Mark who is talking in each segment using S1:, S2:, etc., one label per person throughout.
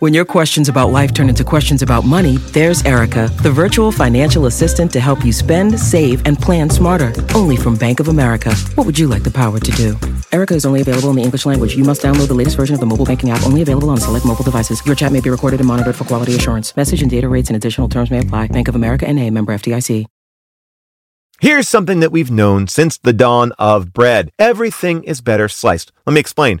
S1: When your questions about life turn into questions about money, there's Erica, the virtual financial assistant to help you spend, save, and plan smarter. Only from Bank of America. What would you like the power to do? Erica is only available in the English language. You must download the latest version of the mobile banking app, only available on select mobile devices. Your chat may be recorded and monitored for quality assurance. Message and data rates and additional terms may apply. Bank of America and a member FDIC.
S2: Here's something that we've known since the dawn of bread. Everything is better sliced. Let me explain.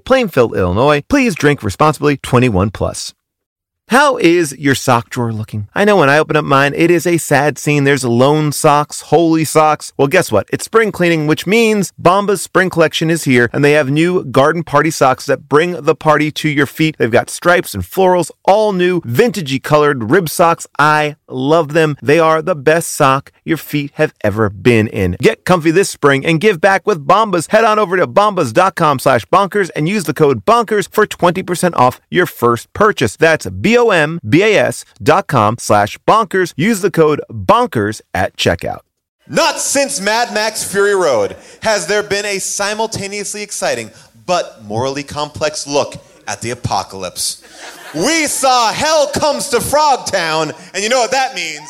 S2: Plainfield, Illinois. Please drink responsibly. 21 plus. How is your sock drawer looking? I know when I open up mine, it is a sad scene. There's lone socks, holy socks. Well, guess what? It's spring cleaning, which means Bomba's spring collection is here, and they have new garden party socks that bring the party to your feet. They've got stripes and florals, all new, vintagey colored rib socks. I love them. They are the best sock your feet have ever been in. Get comfy this spring and give back with Bombas. Head on over to bombas.com slash bonkers and use the code bonkers for 20% off your first purchase. That's B O M B A S dot com slash bonkers. Use the code bonkers at checkout.
S3: Not since Mad Max Fury Road has there been a simultaneously exciting but morally complex look at the apocalypse. We saw Hell Comes to Frog Town, and you know what that means.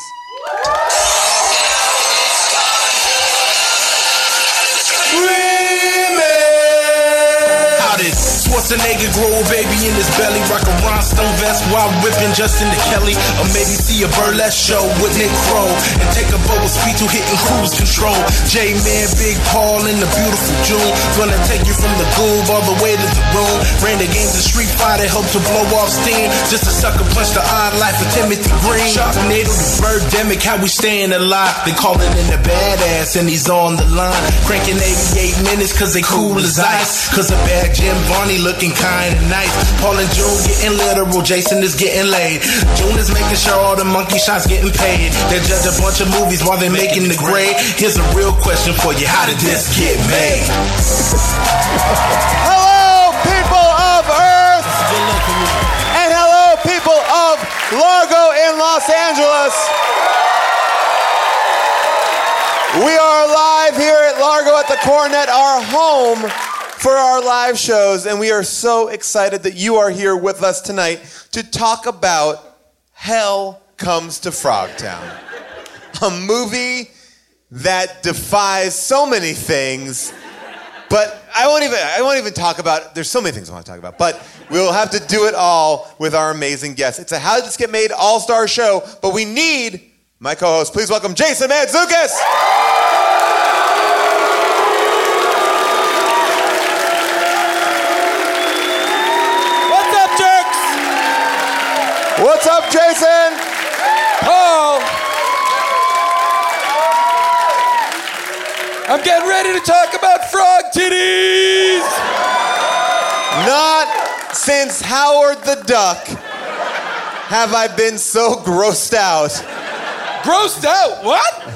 S4: How did Schwarzenegger grow a baby in his belly? Rock a rhinestone vest while whipping Justin to Kelly. Or maybe see a burlesque show with Nick Crow. And take a bowl of speed to hitting cruise control. J Man, Big Paul, and the beautiful June. Gonna take you from the goob all the way to the room. Ran the games of Street Fighter, helped to blow off steam. Just a sucker punch the odd life of Timothy Green. Sharknado to Birdemic, how we staying alive. They calling in the badass, and he's on the line. Cranking 88 minutes, cause they cool as ice. Cause a bad Jim Barney looking kinda nice. Paul and June getting literal, Jason is getting laid. June is making sure all the monkey shots getting paid. They judge a bunch of movies while they're making the grade. Here's a real question for you how did this get made?
S3: Hello, people of Earth! And hello, people of Largo in Los Angeles! We are live here at Largo at the Cornet, our home for our live shows, and we are so excited that you are here with us tonight to talk about Hell Comes to Frogtown, a movie that defies so many things. But I won't even I won't even talk about there's so many things I want to talk about, but we'll have to do it all with our amazing guests. It's a How Did This Get Made All-Star show, but we need my co-host. Please welcome Jason Mantzoukas.
S5: What's up, jerks?
S3: What's up, Jason?
S5: Paul! I'm getting ready to talk about frog titties!
S3: Not since Howard the Duck have I been so grossed out.
S5: Grossed out, what?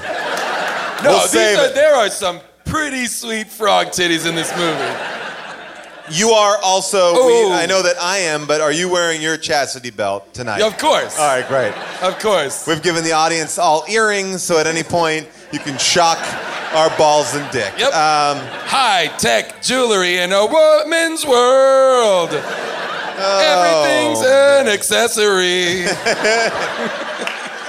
S5: No,
S3: We'll
S5: these
S3: save
S5: are,
S3: it.
S5: there are some pretty sweet frog titties in this movie.
S3: You are also.
S5: Ooh.
S3: We, I know that I am, but are you wearing your chastity belt tonight?
S5: Of course.
S3: All right, great.
S5: Of course.
S3: We've given the audience all earrings, so at any point you can shock our balls and dick.
S5: Yep.
S3: Um,
S5: High tech jewelry in a woman's world.
S3: Oh.
S5: Everything's an accessory.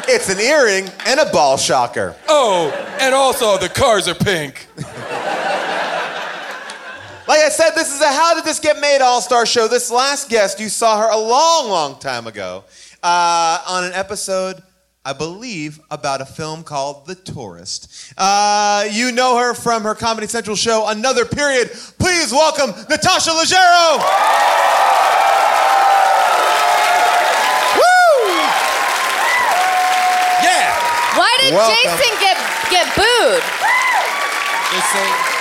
S3: it's an earring and a ball shocker.
S5: oh, and also the cars are pink.
S3: Like I said, this is a How Did This Get Made All Star Show. This last guest, you saw her a long, long time ago uh, on an episode, I believe, about a film called The Tourist. Uh, you know her from her Comedy Central show, Another Period. Please welcome Natasha Leggero. Woo!
S5: Yeah.
S6: Why did
S3: Welcome.
S6: Jason get get booed.
S3: Just say,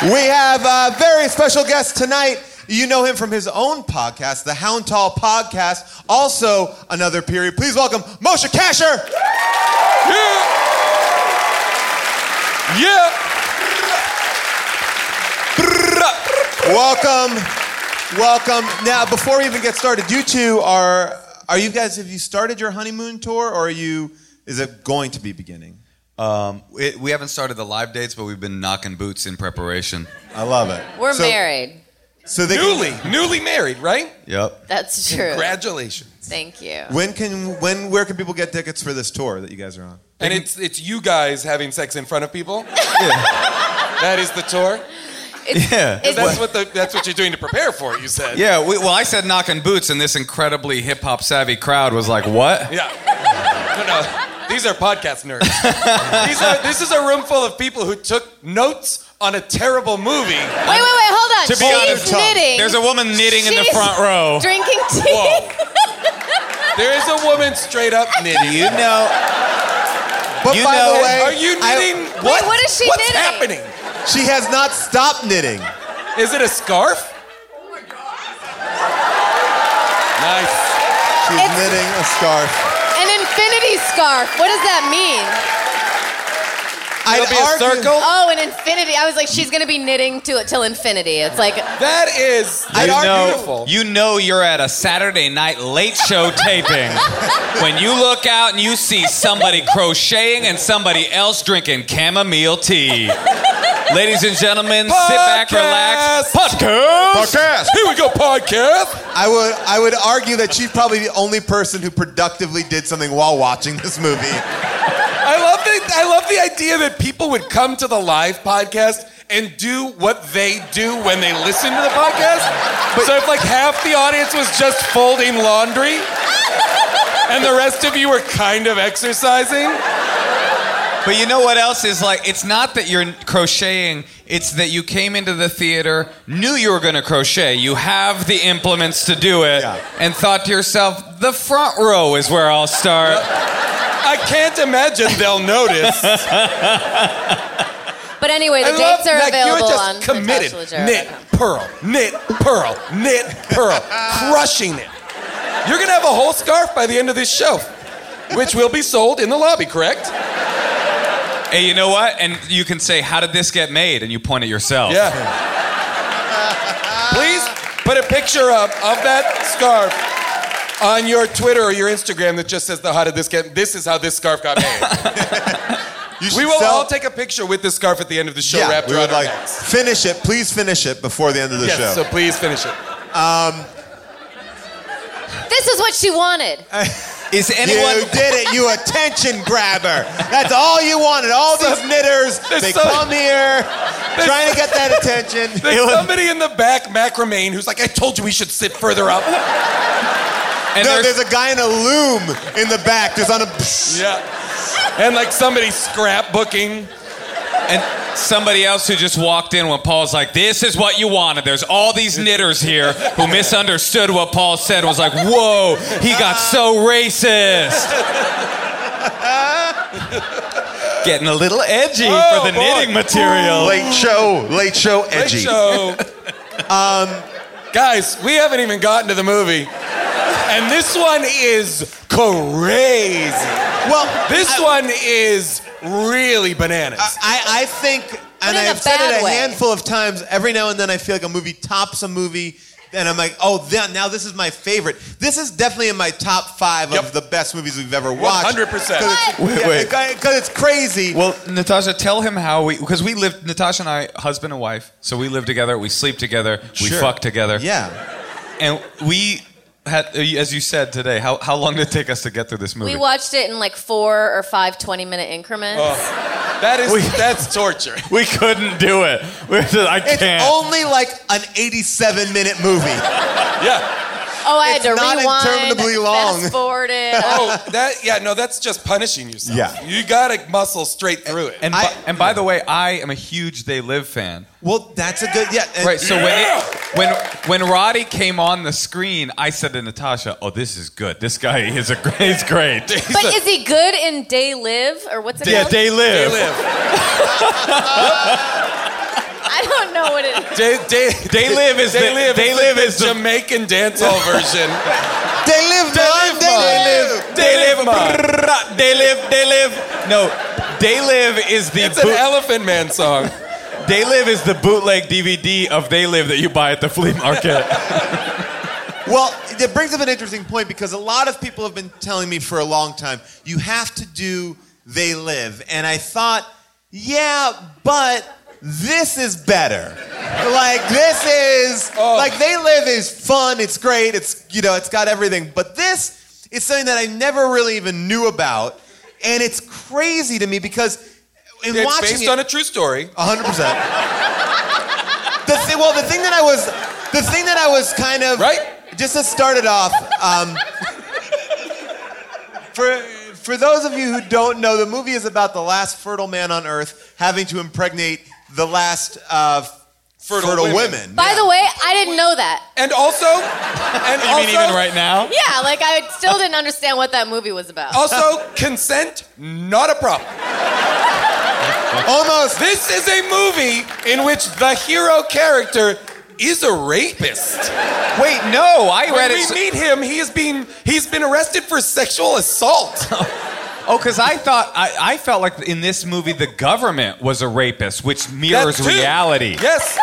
S3: We have a very special guest tonight. You know him from his own podcast, the Hound Tall Podcast. Also, another period. Please welcome Moshe Kasher.
S5: Yeah.
S3: Welcome, welcome. Now, before we even get started, you two are are you guys? Have you started your honeymoon tour, or are you? Is it going to be beginning?
S7: Um, it, we haven't started the live dates, but we've been knocking boots in preparation.
S3: I love it.
S6: We're
S3: So-
S6: married.
S3: So they can-
S5: Newly, newly married, right?
S7: Yep.
S6: That's true.
S5: Congratulations.
S6: Thank you.
S3: when can when where can people get tickets for this tour that you guys are on?
S5: And it's it's you guys having sex in front of people. That is the tour.
S7: Yeah.
S5: That's what the, that's what you're doing to prepare for it. You said.
S7: Yeah. We, well, I said knocking boots, and this incredibly hip hop savvy crowd was like, "What?"
S5: Yeah. No, no. These are podcast nerds. These are, this is a room full of people who took notes on a terrible movie.
S6: Wait, wait, wait, hold on.
S5: To be honest,
S6: She's
S5: Tom,
S6: knitting.
S7: There's a woman knitting in the
S6: She's
S7: front row.
S6: Drinking tea.
S5: Oh. Whoa. There is a woman straight up knitting.
S7: You know,
S3: But
S7: You
S3: by the
S7: know-
S3: way,
S5: Are you
S3: I-
S5: knitting?
S6: Wait, what is she
S5: What's
S6: knitting?
S5: happening?
S3: she has not stopped knitting.
S5: Is it a scarf? Nice.
S3: She's
S6: It's-
S3: knitting a scarf.
S6: An infinity scarf. What does that mean?
S3: I'd
S5: It'll be a
S3: argue-
S5: circle.
S6: Oh, an infinity. I was like, she's gonna be knitting to till infinity. It's like
S5: That is
S3: I'd
S7: you
S3: argue-
S7: know,
S5: beautiful.
S7: you know you're at a Saturday Night Late Show taping when you look out and you see somebody crocheting and somebody else drinking chamomile tea. Ladies and gentlemen, sit back, relax. Podcast.
S3: Podcast.
S5: Here we go, podcast.
S3: I would I would argue that she's probably the only person who productively did something while watching this movie.
S5: I love the I love the idea that people would come to the live podcast and do what they do when they listen to the podcast. so if like half the audience was just folding laundry and the rest of you were kind of exercising,
S7: But you know what else is like? It's not that you're crocheting, it's that you came into the theater, knew you were going to crochet, you have the implements to do it,
S3: Yeah.
S7: and thought to yourself, the front row is where I'll start.
S5: I can't imagine they'll notice.
S6: But anyway, the
S5: I love
S6: dates are
S5: that
S6: available
S5: you're just
S6: on
S5: committed. Knit,
S6: natashalajara.com.
S5: pearl, knit, pearl, knit, pearl, crushing it. You're gonna have a whole scarf by the end of this show, which will be sold in the lobby, correct?
S7: Hey, you know what? And you can say, How did this get made? And you point at
S3: Oh.
S7: yourself.
S5: Yeah. Please put a picture up of that scarf on your Twitter or your Instagram that just says the how did this get this is how this scarf got made.
S3: You
S5: we
S3: should
S5: will
S3: sell-
S5: all take a picture with this scarf at the end of the show
S3: yeah,
S5: wrapped
S3: we
S5: around
S3: would
S5: our
S3: like
S5: necks.
S3: finish it. Please finish it before the end of the
S5: Yes,
S3: show. Um,
S5: so please finish it.
S6: This is what she wanted.
S7: Is
S3: you
S7: anyone.
S3: did it, you attention grabber. That's all you wanted. All these knitters,
S5: there's
S3: they
S5: so-
S3: come here trying to get that attention.
S5: There's somebody in the back, macrame, who's like, I told you we should sit further up.
S7: and
S3: No,
S7: there's-
S3: there's a guy in a loom in the back. Just on a.
S5: Yeah. And like somebody scrapbooking.
S7: and somebody else who just walked in when Paul's like, This is what you wanted. There's all these knitters here who misunderstood what Paul said, was like, Whoa, he got so racist. Getting a little edgy
S5: Oh,
S7: for the
S5: boy.
S7: knitting material.
S3: Late show, late show, Um,
S5: Great show. Guys, we haven't even gotten to the movie. And this one is crazy.
S3: Well,
S5: This one is really bananas.
S3: I, I think, and
S6: in a
S3: I've said it
S6: bad
S3: a
S6: way.
S3: handful of times. Every now and then, I feel like a movie tops a movie, and I'm like, oh, then, now this is my favorite. This is definitely in my top five
S5: Yep.
S3: of the best movies we've ever watched.
S5: 100%.
S3: Because
S7: Wait,
S3: it's,
S7: wait.
S3: because it's crazy.
S7: Well, Natasha, tell him how we because we lived. Natasha and I, husband and wife, so we live together, we sleep together, we
S3: Sure.
S7: fuck together.
S3: yeah.
S7: and we had, as you said today, how how long did it take us to get through this movie?
S6: We watched it in like four or five 20 minute
S3: Oh.
S6: increments.
S7: Oh.
S5: that is that's torture.
S7: We couldn't do it. We were just, I
S3: It's
S7: can't.
S3: only like an 87 minute movie.
S5: Yeah.
S6: Oh, I
S3: It's
S6: had to
S3: not
S6: rewind.
S3: interminably long.
S6: Fast forward it.
S5: Oh, that yeah, no, that's just punishing yourself.
S3: Yeah.
S5: you gotta muscle straight through it.
S7: And,
S3: I-
S7: by, and by the way, I am a huge They Live fan.
S3: Well, that's a good yeah. and-
S7: Right. So when it, when when Roddy came on the screen, I said to Natasha, "Oh, this is good. This guy is a great. He's great."
S6: but is he good in Day Live or what's it
S7: yeah,
S6: called?
S7: They Live.
S5: They live.
S6: I don't know what it is.
S5: They, they,
S7: They Live is
S5: they
S7: the-
S5: live.
S7: They
S5: is
S7: Live
S5: the,
S7: is the-
S5: Jamaican dancehall version.
S3: they live,
S5: They
S3: man,
S5: live,
S3: they
S5: man.
S3: live.
S7: They live,
S5: Ma.
S7: brrrra, they live, they live. No, Oh, they live is the
S5: It's an
S7: boot-
S5: Elephant Man song.
S7: they live is the bootleg DVD of they live that you buy at the flea market.
S3: Well, it brings up an interesting point because a lot of people have been telling me for a long time, you have to do They Live. And I thought, yeah, but this is better. like, this is,
S5: Oh.
S3: like, They Live is fun, it's great, it's, you know, it's got everything. But this is something that I never really even knew about. And it's crazy to me because in
S5: It's
S3: watching
S5: based
S3: it,
S5: on a true story.
S3: hundred percent. The thi- well, the thing that I was, the thing that I was kind of
S5: Right?
S3: Just to start it off, um, for for those of you who don't know, the movie is about the last fertile man on Earth having to impregnate the last uh, fertile,
S5: women.
S3: women.
S6: By the way, I didn't know that.
S5: And also, and
S7: you
S5: also,
S7: mean even right now?
S6: Yeah, like I still didn't understand what that movie was about.
S5: Also, consent not a problem.
S3: almost.
S5: This is a movie in which the hero character is a rapist.
S7: Wait, no, I
S5: When
S7: read
S5: we
S7: it. so-
S5: meet him, he is being he's been arrested for sexual assault.
S7: Oh, because I thought I, I felt like in this movie the government was a rapist, which mirrors
S5: That too.
S7: reality.
S5: Yes.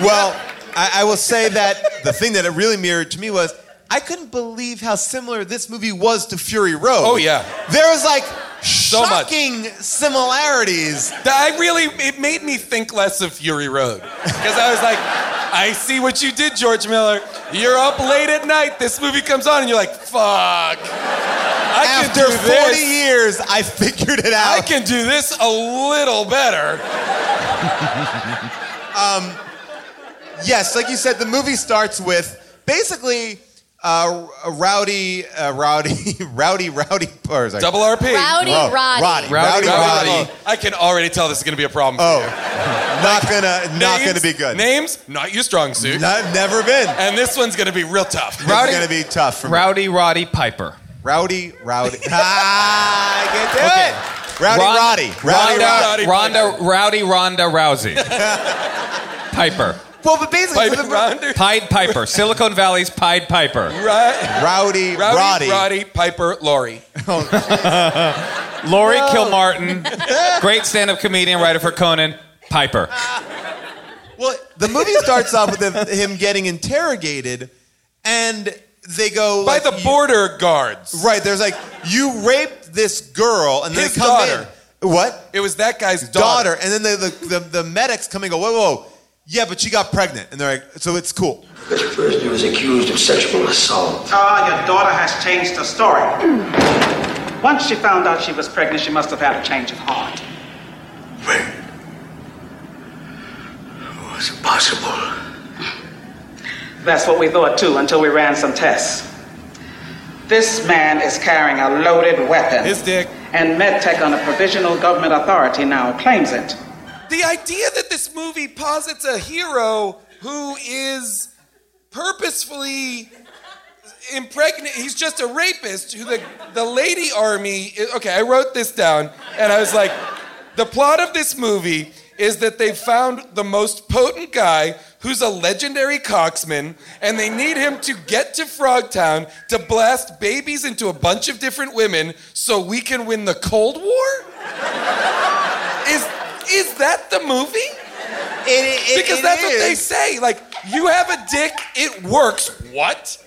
S3: Well, I, I will say that the thing that it really mirrored to me was I couldn't believe how similar this movie was to Fury Road.
S5: Oh, yeah.
S3: there was like
S5: much.
S3: shocking similarities.
S5: That- I really it made me think less of Fury Road because I was like, I see what you did, George Miller. You're up late at night. This movie comes on, and you're like, fuck. I
S3: After
S5: can do
S3: 40
S5: this.
S3: years, I figured it out.
S5: I can do this a little better.
S3: Um, Yes, like you said, the movie starts with basically uh, a rowdy, uh, rowdy, rowdy, rowdy. Or sorry, Oh,
S5: Double RP.
S6: Rowdy
S3: Ro-
S6: Roddy.
S3: Roddy. Rowdy
S5: Rowdy,
S3: Roddy.
S5: Roddy. I can already tell this is going to be a problem. for
S3: Oh,
S5: you.
S3: not gonna, not gonna be good.
S5: Names, not your strong suit.
S3: Not, never been.
S5: and this one's going to be real tough.
S3: Rowdy, gonna be tough for me.
S7: Rowdy Roddy Piper.
S3: Rowdy, rowdy. ah, I can do
S7: Okay.
S3: it. Rowdy,
S7: Ron-
S3: Roddy. Rowdy, Roddy.
S7: Ronda,
S5: Roddy
S7: Ronda, Rowdy Ronda Rousey. Piper.
S3: Well, but basically,
S5: Piper,
S3: for the-
S5: Rounder,
S7: Pied Piper. Silicon Valley's Pied Piper.
S5: Ri-
S3: Rowdy,
S5: Rowdy,
S3: Roddy.
S5: Roddy, Piper, Laurie.
S3: Oh.
S7: Lori Kilmartin. Great stand up comedian, writer for Conan. Piper.
S3: Well, the movie starts off with him- him getting interrogated, and they go
S5: By
S3: like,
S5: the
S3: you-
S5: border guards.
S3: Right, there's like you raped this girl, and then
S5: His
S3: they come
S5: daughter.
S3: in. What
S5: It was that guy's
S3: daughter?
S5: daughter.
S3: And then the, the the the medics come and go. Whoa, whoa, yeah, but she got pregnant, and they're like, so it's cool.
S8: This prisoner is accused of sexual assault.
S9: Ah, your daughter has changed her story. Once she found out she was pregnant, she must have had a change of heart.
S8: When was it possible?
S9: That's what we thought too until we ran some tests. This man is carrying a loaded weapon.
S5: His dick.
S9: And MedTech on a provisional government authority now claims it.
S5: The idea that this movie posits a hero who is purposefully impregnate he's just a rapist who the, the lady army okay i wrote this down and i was like the plot of this movie is that they found the most potent guy who's a legendary coxman and they need him to get to frogtown to blast babies into a bunch of different women so we can win the cold war is is that the movie
S3: It, it, it-
S5: because
S3: it
S5: that's what they
S3: is.
S5: say. Like, you have a dick, it works. What?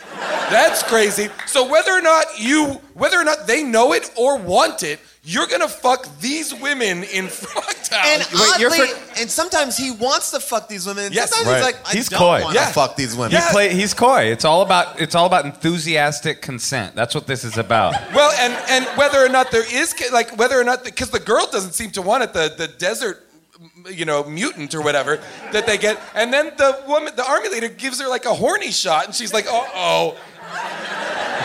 S5: That's crazy. So whether or not you, whether or not they know it or want it, you're gonna fuck these women in Frogtown.
S3: And
S7: Wait, you're
S3: oddly,
S7: for-
S3: and sometimes he wants to fuck these women. And
S5: Yes.
S3: sometimes
S7: Right.
S3: he's like, I
S7: He's
S3: don't
S7: coy.
S3: want to
S5: Yeah.
S3: fuck these women.
S5: Yeah.
S7: Play, he's coy. It's all about it's all about enthusiastic consent. That's what this is about.
S5: well, and and whether or not there is, like, whether or not, because the girl doesn't seem to want it, the the desert you know, mutant or whatever that they get. And then the woman, the army leader gives her like a horny shot and she's like, uh oh,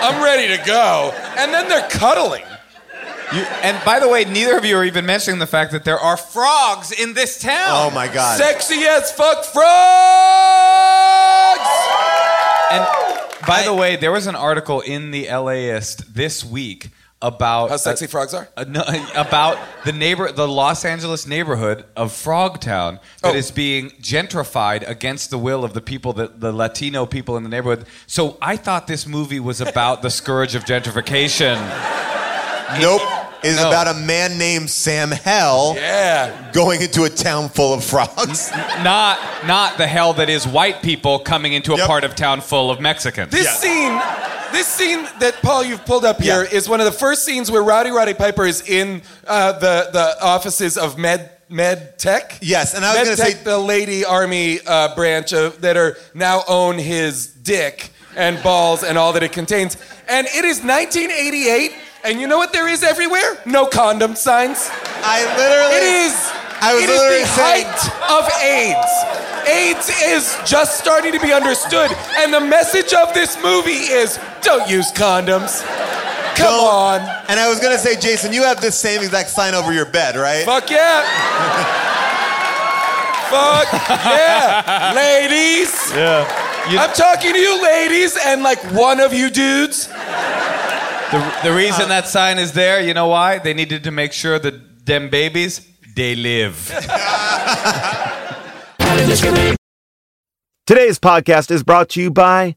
S5: I'm ready to go. And then they're cuddling.
S7: You, and by the way, neither of you are even mentioning the fact that there are frogs in this town.
S5: Oh,
S3: my God.
S5: Sexy as fuck frogs!
S7: And by the way, there was an article in the LAist this week about
S5: How sexy frogs are?
S7: Uh, no, about the neighbor, the Los Angeles neighborhood of Frogtown
S5: Oh.
S7: that is being gentrified against the will of the people, that the Latino people in the neighborhood. So I thought this movie was about the scourge of gentrification.
S10: Nope. It is about a man named Sam Hell
S5: yeah.
S10: going into a town full of frogs.
S7: Not, not the hell that is white people coming into a
S10: Yep.
S7: part of town full of Mexicans.
S5: This scene, this scene that Paul you've pulled up here is one of the first scenes where Rowdy Roddy Piper is in uh, the the offices of Med Med Tech.
S10: Yes, and I was gonna
S5: Med Tech,
S10: say-
S5: the Lady Army uh, branch of, that are now own his dick and balls and all that it contains. And it is 1988, and you know what there is everywhere? No condom signs.
S10: I literally.
S5: It is.
S10: I was
S5: it is
S10: literally
S5: the
S10: saying-
S5: height of AIDS. AIDS is just starting to be understood, and the message of this movie is: don't use condoms. Come
S10: Don't-
S5: on.
S10: And I was gonna say, Jason, you have this same exact sign over your bed, right?
S5: Fuck yeah. Fuck yeah, ladies. Yeah. I'm talking to you, ladies, and like one of you dudes.
S7: The, the reason that sign is there, you know why? They needed to make sure that them babies, they live.
S3: Today's podcast is brought to you by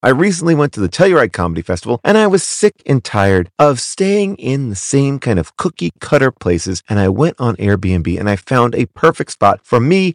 S3: I recently went to the Telluride Comedy Festival and I was sick and tired of staying in the same kind of cookie cutter places. And I went on Airbnb and I found a perfect spot for me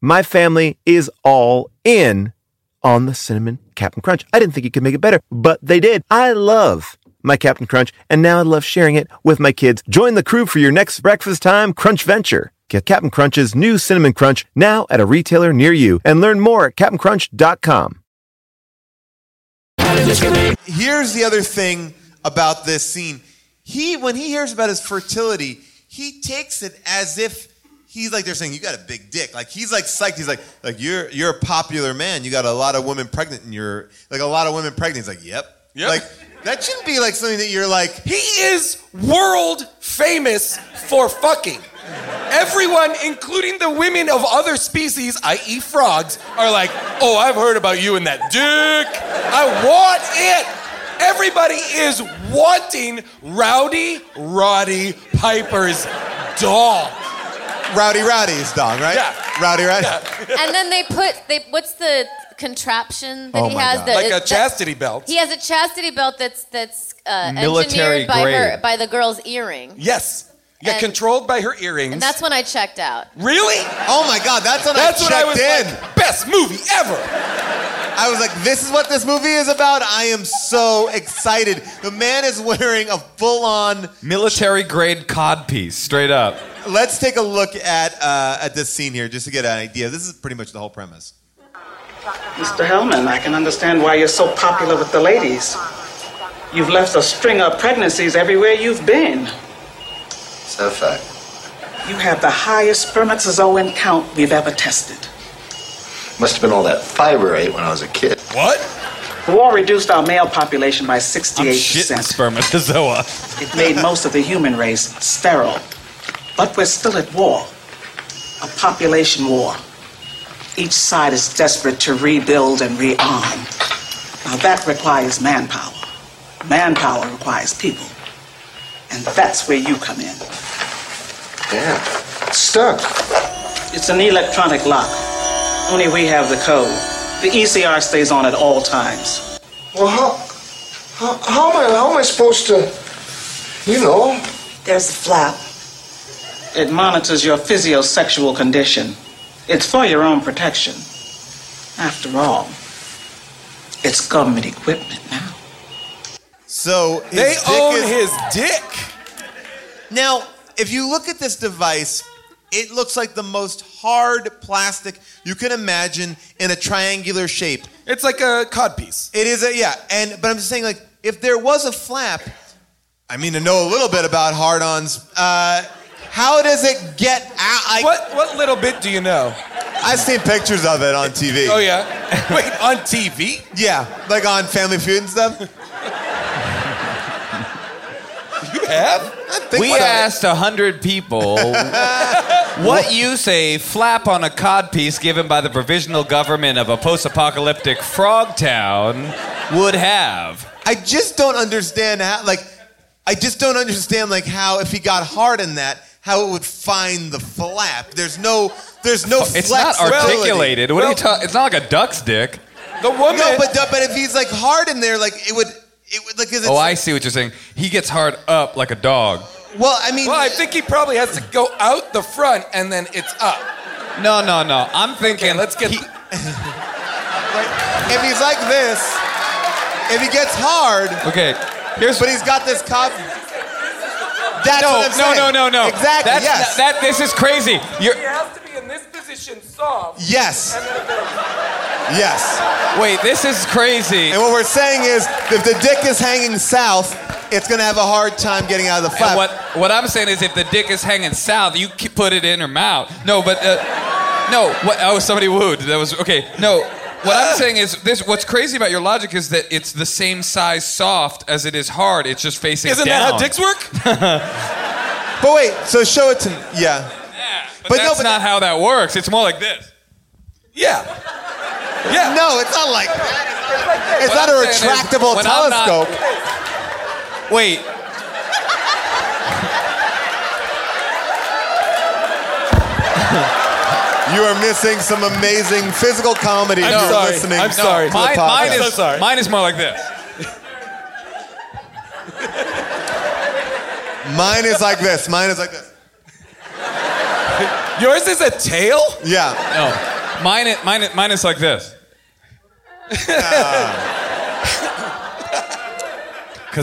S3: my family is all in on the cinnamon Captain Crunch. I didn't think you could make it better, but they did. I love my Captain Crunch, and now I love sharing it with my kids. Join the crew for your next breakfast time crunch venture. Get Captain Crunch's new cinnamon crunch now at a retailer near you, and learn more at CaptainCrunch.com.
S10: Here's the other thing about this scene. He, when he hears about his fertility, he takes it as if he's like they're saying, "You got a big dick." Like he's like psyched. He's like, "Like you're you're a popular man. You got a lot of women pregnant, and you're like a lot of women pregnant." He's like, "Yep."
S5: Yep.
S10: Like that shouldn't be like something that you're like.
S5: He is world famous for fucking. Everyone, including the women of other species, i.e., frogs, are like, oh, I've heard about you and that dick. I want it. Everybody is wanting Rowdy Roddy Piper's doll.
S3: Rowdy Roddy's dog, right?
S5: Yeah.
S3: Rowdy Roddy.
S6: and then they put they what's the contraption that
S3: Oh
S6: he
S3: my
S6: has
S3: God.
S6: that
S5: Like a
S6: that-
S5: chastity belt.
S6: He has a chastity belt that's that's uh,
S5: Military
S6: engineered by her
S5: grade.
S6: by the girl's earring.
S5: Yes. Yeah,
S6: And-
S5: controlled by her earrings.
S6: And that's when I checked out.
S5: really?
S3: Oh my God, that's when
S5: That's
S3: I
S5: when
S3: checked
S5: I was
S3: in.
S5: like, best movie ever.
S3: I was like, this is what this movie is about. I am so excited. The man is wearing a full on.
S7: Military grade cod piece, straight up.
S3: Let's take a look at, uh, at this scene here just to get an idea. This is pretty much the whole premise.
S9: Mr. Hellman, I can understand why you're so popular with the ladies. You've left a string of pregnancies everywhere you've been.
S11: It's a fact.
S9: You have the highest spermatozoan count we've ever tested.
S11: Must have been all that fiber I ate when I was a kid.
S5: What?
S9: The war reduced our male population by
S7: I'm shitting
S9: 68%.
S7: spermatozoa.
S9: It made most of the human race sterile. But we're still at war a population war. Each side is desperate to rebuild and rearm. Now that requires manpower. Manpower requires people. And that's where you come in.
S11: Yeah. It's stuck.
S9: It's an electronic lock. Only we have the code. The ECR stays on at all times.
S11: Well, how, how, how, am, I, how am I supposed to, you know?
S12: There's the flap.
S9: It monitors your physiosexual condition. It's for your own protection. After all, it's government equipment now.
S3: So his
S5: They
S3: dick
S5: own
S3: is-
S5: his dick.
S3: Now, if you look at this device, it looks like the most hard plastic you can imagine in a triangular shape.
S5: It's like a codpiece.
S3: It is a yeah, and but I'm just saying like if there was a flap, I mean to know a little bit about hard-ons. Uh, how does it get out? I,
S5: What what little bit do you know?
S3: I've seen pictures of it on TV.
S5: Oh yeah. Wait, on TV?
S3: yeah, like on Family Feud and stuff.
S5: You have?
S3: I think
S7: we
S3: so.
S7: asked a hundred people what use a flap on a codpiece given by the provisional government of a post-apocalyptic frog town would have.
S3: I just don't understand how like I just don't understand like how if he got hard in that how it would find the flap. There's no there's no
S7: It's not
S3: flexibility.
S7: articulated. What are you
S5: Well-
S7: talking? It's not like a duck's dick.
S5: The woman
S3: No, but but if he's like hard in there like it would it would like 'cause it's,
S7: Oh, I see what you're saying. He gets hard up like a dog.
S3: well I mean
S5: Well, I think he probably has to go out the front and then it's up.
S7: No, no, no. I'm thinking.
S5: Okay, let's get
S7: he-
S3: if he's like this if he gets hard
S7: okay. Here's
S3: but he's got this cop That's
S7: no,
S3: what I'm
S7: no,
S3: saying.
S7: no, no, no.
S3: Exactly.
S7: That's
S3: yes.
S7: that. This is crazy. You're,
S5: has to be in this position soft.
S3: yes. Yes.
S7: wait, this is crazy.
S3: And what we're saying is if the dick is hanging south, it's going to have a hard time getting out of the flap.
S7: And what what I'm saying is, if the dick is hanging south, you keep- put it in her mouth. No, but uh, no. What, oh, somebody wooed. That was okay. No. What I'm saying is this. What's crazy about your logic is that it's the same size soft as it is hard. It's just facing
S5: Isn't
S7: down.
S5: that how dicks work?
S3: But wait, so show it to me. Yeah.
S7: Yeah, but,
S3: But no,
S7: that's
S3: but-
S7: not how that works. It's more like this.
S5: Yeah. Yeah.
S3: No, it's not like that. It's
S7: What
S3: not
S7: I'm
S3: a
S7: saying is,
S3: retractable
S7: when I'm not-
S3: telescope.
S7: Wait.
S3: You are missing some amazing physical comedy.
S5: I'm
S3: if you're
S5: sorry.
S3: listening
S5: I'm
S3: to
S5: sorry.
S3: the
S7: Mine,
S3: podcast.
S7: mine
S5: I'm so
S7: is
S5: sorry.
S7: mine is more like this.
S3: Mine is like this. Mine is like this.
S5: Yours is a tail?
S3: Yeah.
S7: No, mine i- mine i- mine is like this. Because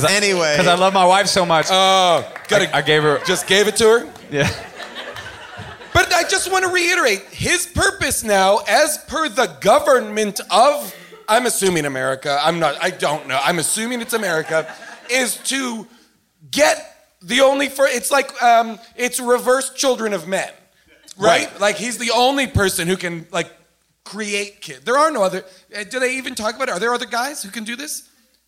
S3: Anyway.
S7: because I love my wife so much.
S5: Oh, got
S7: I, I gave her.
S5: just gave it to her.
S7: Yeah.
S5: But I just want to reiterate his purpose now, as per the government of, I'm assuming America, I'm not, I don't know, I'm assuming it's America, is to get the only, for, it's like, um, it's reverse children of men, right?
S3: Right.
S5: Like he's the only person who can, like, create kids. There are no other, uh, do they even talk about it? Are there other guys who can do this?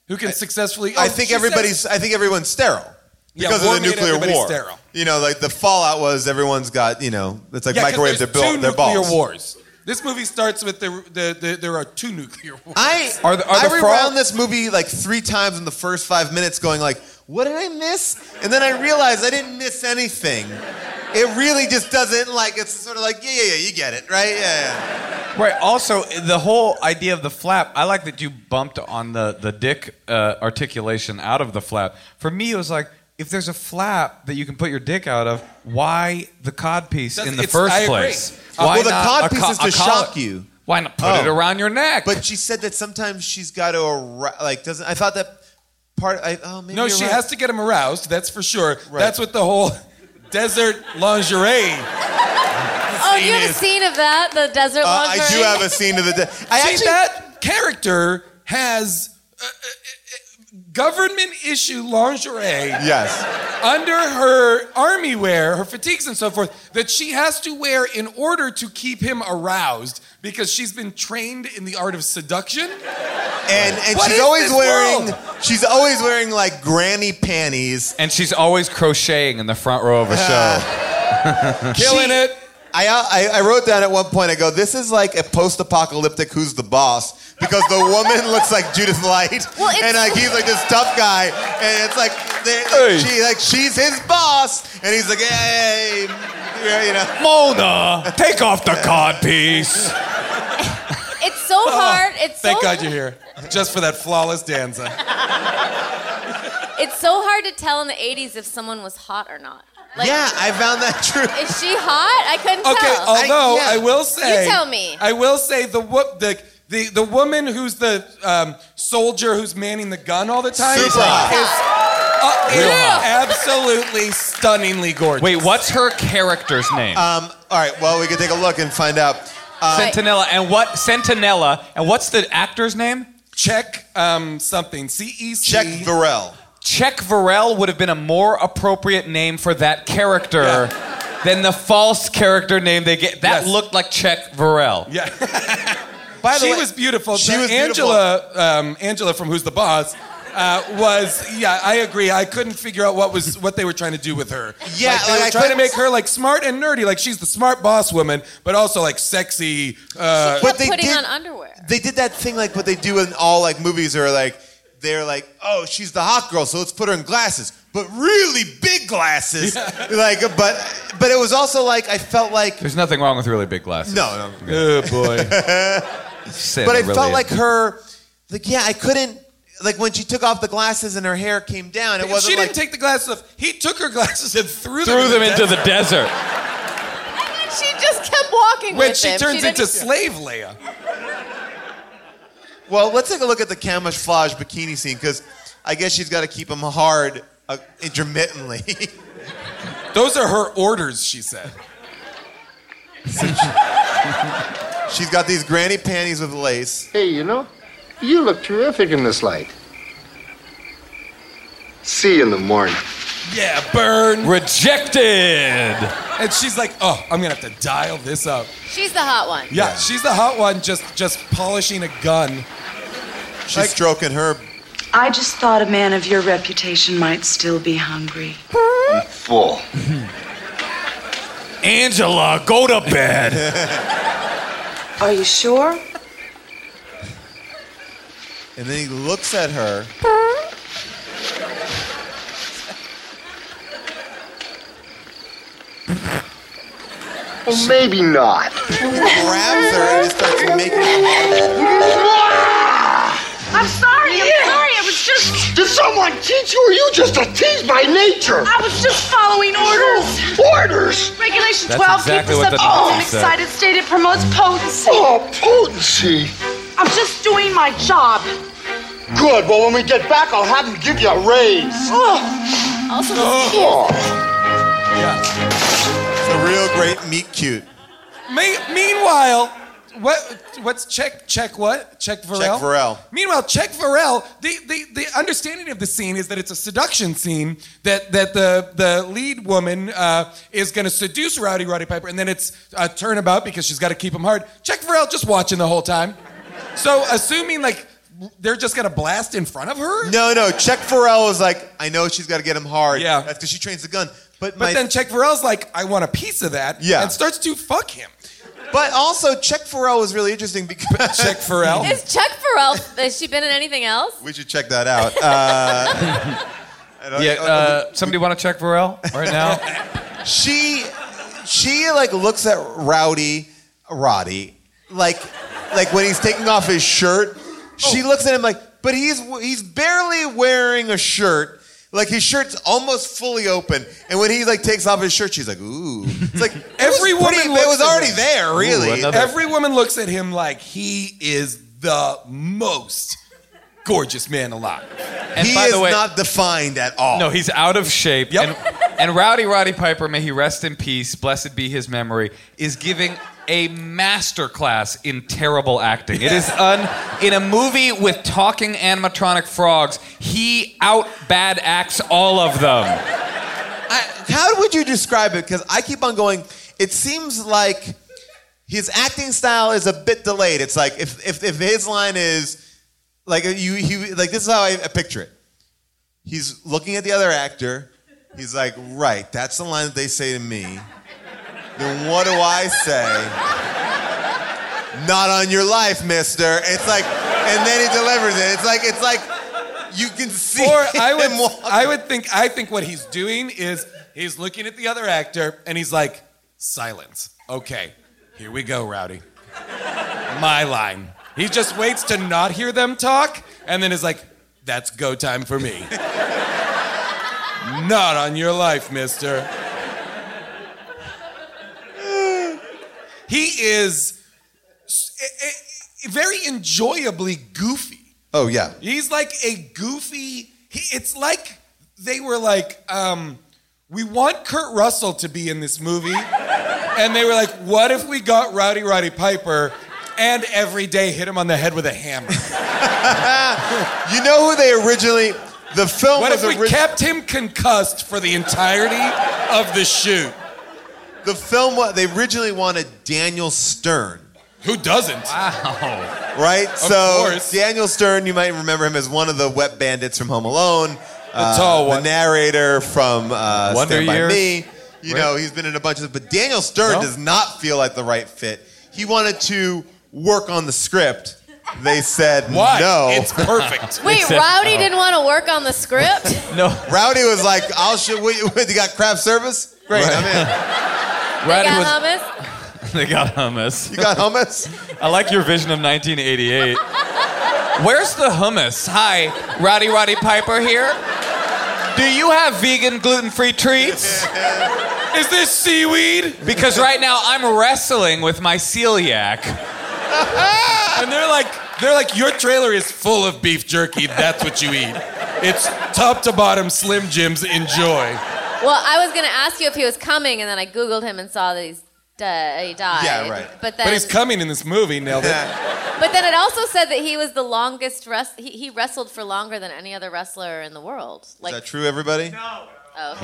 S5: Who can successfully?
S3: I
S5: oh,
S3: think
S5: she said-
S3: everybody's. I think everyone's sterile.
S5: Yeah,
S3: because
S5: war
S3: of the
S5: made
S3: nuclear
S5: everybody
S3: war.
S5: sterile.
S3: You know, like the fallout was everyone's got you know it's like
S5: Yeah, 'cause
S3: microwaves
S5: there's
S3: that built
S5: two
S3: their
S5: nuclear
S3: balls.
S5: wars. This movie starts with the, the, the there are two nuclear wars.
S3: I
S5: Are the- are
S3: I
S5: the frog-
S3: rewound this movie like three times in the first five minutes, going like, "What did I miss?" And then I realized I didn't miss anything. It really just doesn't like it's sort of like yeah yeah yeah you get it right yeah yeah.
S7: Right. Also, the whole idea of the flap. I like that you bumped on the the dick uh, articulation out of the flap. For me, it was like if there's a flap that you can put your dick out of, why the codpiece in the
S3: it's-
S7: first
S3: I agree.
S7: place?
S3: Uh,
S7: Why
S3: well, the
S7: not a
S3: codpiece
S7: co-
S3: is to
S7: a collar-
S3: shock you.
S7: Why not put it
S3: Oh.
S7: around your neck?
S3: But she said that sometimes she's got to arou- like doesn't I thought that part I oh maybe
S5: No,
S3: you're
S5: she
S3: right.
S5: has to get him aroused. That's for sure. That's what the whole desert lingerie.
S6: Oh, do you have a scene of that? The desert
S3: Uh,
S6: lingerie?
S3: I do have a scene of the day. I
S5: See,
S3: actually
S5: that character has uh, uh, uh, government issue lingerie
S3: yes.
S5: under her army wear, her fatigues and so forth, that she has to wear in order to keep him aroused because she's been trained in the art of seduction.
S3: And and
S5: What
S3: she's
S5: is
S3: always
S5: this
S3: wearing
S5: world?
S3: she's always wearing like granny panties.
S7: and she's always crocheting in the front row of a show.
S5: Killing
S3: She-
S5: it.
S3: I, uh, I I wrote down at one point I go this is like a post-apocalyptic who's the boss because the woman looks like Judith Light
S6: Well, it's-
S3: and like he's like this tough guy and it's like, they- like, she like she's his boss and he's like hey yeah, you know
S7: Mona, take off the codpiece.
S6: It's so hard. It's
S5: Thank
S6: so
S5: God you're here. Just for that flawless danza.
S6: It's so hard to tell in the 80s if someone was hot or not. Like,
S3: yeah I found that true
S6: Is she hot? I couldn't
S5: Okay,
S6: tell.
S5: although I,
S3: yeah.
S5: will say,
S6: You tell me.
S5: I will say the wo- the the the woman who's the um, soldier who's manning the gun all the time
S3: Super
S5: is,
S3: hot.
S5: uh, is
S7: Real hot.
S5: absolutely stunningly gorgeous.
S7: Wait, what's her character's name?
S3: um all right well we can take a look and find out uh,
S7: Sentinella. And what Sentinella? And what's the actor's name?
S5: Check um, something. C E C.
S3: check Varel
S7: Check Varel would have been a more appropriate name for that character than the false character name they get. That
S5: Yes.
S7: looked like Check Varel.
S5: Yeah.
S3: by
S5: she
S3: way-
S5: was beautiful.
S3: she
S5: The
S3: was beautiful.
S5: Angela. Um, Angela from Who's the Boss. Uh, was yeah, I agree. I couldn't figure out what was what they were trying to do with her.
S3: Yeah,
S5: like, they
S3: like,
S5: were
S3: I
S5: trying to
S3: couldn't-
S5: make her like smart and nerdy, like she's the smart boss woman, but also like sexy. Uh,
S3: but they
S6: putting
S3: did-
S6: on underwear.
S3: they did that thing like what they do in all like movies are like they're like oh she's the hot girl so let's put her in glasses but really big glasses like but but it was also like i felt like
S7: There's nothing wrong with really big glasses.
S3: no no
S5: oh boy.
S7: Sin,
S3: but i
S7: it really
S3: felt
S7: is.
S3: like her like yeah i couldn't like when she took off the glasses and her hair came down it wasn't
S5: she
S3: like
S5: didn't take the glasses off. He took her glasses and threw them.
S7: threw
S5: in
S7: them into
S5: desk.
S7: the desert.
S6: She just kept walking
S5: When
S6: with
S5: she
S6: him.
S5: turns
S6: didn't-
S5: into slave Leia.
S3: well let's take a look at the camouflage bikini scene because i guess she's got to keep them hard uh, intermittently
S5: Those are her orders, she said.
S3: she's got these granny panties with lace
S11: Hey, you know, you look terrific in this light. See you in the morning.
S5: Yeah, burn.
S7: Rejected.
S5: And she's like, oh, I'm gonna have to dial this up.
S6: She's the hot one.
S5: Yeah, she's the hot one, just just polishing a gun.
S3: she's
S5: Like-
S3: stroking her
S8: I just thought a man of your reputation might still be hungry.
S11: Full.
S7: Angela, go to bed.
S8: Are you sure?
S3: and then he looks at her
S11: Well, maybe not.
S3: grabs her and just starts making.
S8: I'm sorry. I'm sorry. I was just
S11: Did someone teach you, or are you just a tease by nature?
S8: I was just following orders.
S11: Orders?
S8: Regulation
S7: That's
S8: 12
S7: exactly
S8: keeps
S7: what
S8: the
S7: the
S8: substance in
S7: doctor said.
S8: excited state. It promotes potency.
S11: Oh, potency.
S8: I'm just doing my job.
S11: Good. Well, when we get back, I'll have him give you a raise.
S8: Ugh.
S6: Also,
S11: Oh.
S5: Yeah.
S3: It's a real great meet cute.
S5: Me- meanwhile, what what's check check what check Varel?
S3: Check Varel.
S5: Meanwhile, check Varel. The, the the understanding of the scene is that it's a seduction scene that that the the lead woman uh, is going to seduce Rowdy Roddy Piper, and then it's a turnabout because she's got to keep him hard. Check Varel just watching the whole time. So assuming like they're just gonna blast in front of her?
S3: No, no. Check Farrell is like, I know she's got to get him hard.
S5: Yeah.
S3: That's because she trains the gun. But,
S5: But
S3: my-
S5: then Check Varel's like, I want a piece of that.
S3: Yeah.
S5: And starts to fuck him.
S3: But also, Check Farrell was really interesting because
S5: Check Farrell.
S6: Is Chuck Farrell? Has she been in anything else?
S3: we should check that out. Uh, I don't-
S7: Yeah, uh, somebody want to check Varel right now?
S3: she she like looks at Rowdy Roddy like like when he's taking off his shirt.
S5: Oh.
S3: She looks at him like, but he's he's barely wearing a shirt. Like his shirt's almost fully open, and when he like takes off his shirt, she's like, "Ooh!" It's like
S5: Every
S3: it was
S5: woman
S3: pretty-
S5: looks
S3: It was
S5: at
S3: already
S5: him.
S3: there, really.
S7: another-
S5: Every woman looks at him like he is the most gorgeous man alive.
S7: And
S3: he
S7: by
S3: is
S7: the way,
S3: not defined at all.
S7: no, he's out of shape. And,
S5: Yep.
S7: and Rowdy Roddy Piper, may he rest in peace, blessed be his memory, is giving a master class in terrible acting. It is un, in a movie with talking animatronic frogs, he out bad acts all of them.
S3: I, how would you describe it? Because I keep on going. It seems like his acting style is a bit delayed. It's like if if, if his line is like you he like this is how I picture it. He's looking at the other actor. He's like, right, that's the line that they say to me. Then what do I say? Not on your life, Mister. It's like, and then he delivers it. It's like it's like you can see.
S5: Or I
S3: him
S5: would,
S3: walking.
S5: I would think, I think what he's doing is he's looking at the other actor and he's like, silence. Okay, here we go, Rowdy. My line. He just waits to not hear them talk and then is like, that's go time for me. not on your life, mister. He is s- eh, eh, very enjoyably goofy.
S3: Oh yeah.
S5: He's like a goofy. He, it's like they were like, um, we want Kurt Russell to be in this movie, and they were like, what if we got Rowdy Roddy Piper, and every day hit him on the head with a hammer?
S3: You know who they originally? The film
S5: What
S3: was
S5: if we
S3: ori-
S5: kept him concussed for the entirety of the shoot?
S3: the film. wa- They originally wanted Daniel Stern,
S5: Who doesn't?
S3: right? so
S5: course.
S3: Daniel Stern, you might remember him as one of the wet bandits from Home Alone, the
S5: tall one.
S3: the narrator from uh,
S7: Wonder
S3: Stand
S7: Years.
S3: by Me. You know, he's been in a bunch of. But Daniel Stern
S5: No?
S3: does not feel like the right fit. He wanted to work on the script. They said
S5: Why?
S3: no.
S5: It's perfect.
S6: Wait,
S7: Except-
S5: uh-huh.
S6: Rowdy didn't want to work on the script.
S7: No,
S3: Rowdy was like, "I'll show what you you got craft service. Great, I'm in.
S7: Rowdy
S6: Yeah,
S7: was-
S6: hummus.
S7: they got hummus.
S3: You got hummus."
S7: I like your vision of 1988. Where's the hummus? Hi, Rowdy Roddy Piper here. Do you have vegan gluten free treats?
S5: Is this seaweed?
S7: Because right now I'm wrestling with my celiac.
S5: And they're like, they're like, your trailer is full of beef jerky. That's what you eat. It's top to bottom Slim Jims. Enjoy.
S6: Well, I was gonna ask you if he was coming, and then I googled him and saw that he's di- he died.
S3: Yeah, right.
S6: But then,
S5: But he's coming in this movie, nailed it.
S6: but then it also said that he was the longest rest. He, he wrestled for longer than any other wrestler in the world. Like,
S3: Is that true, everybody?
S7: Whoa,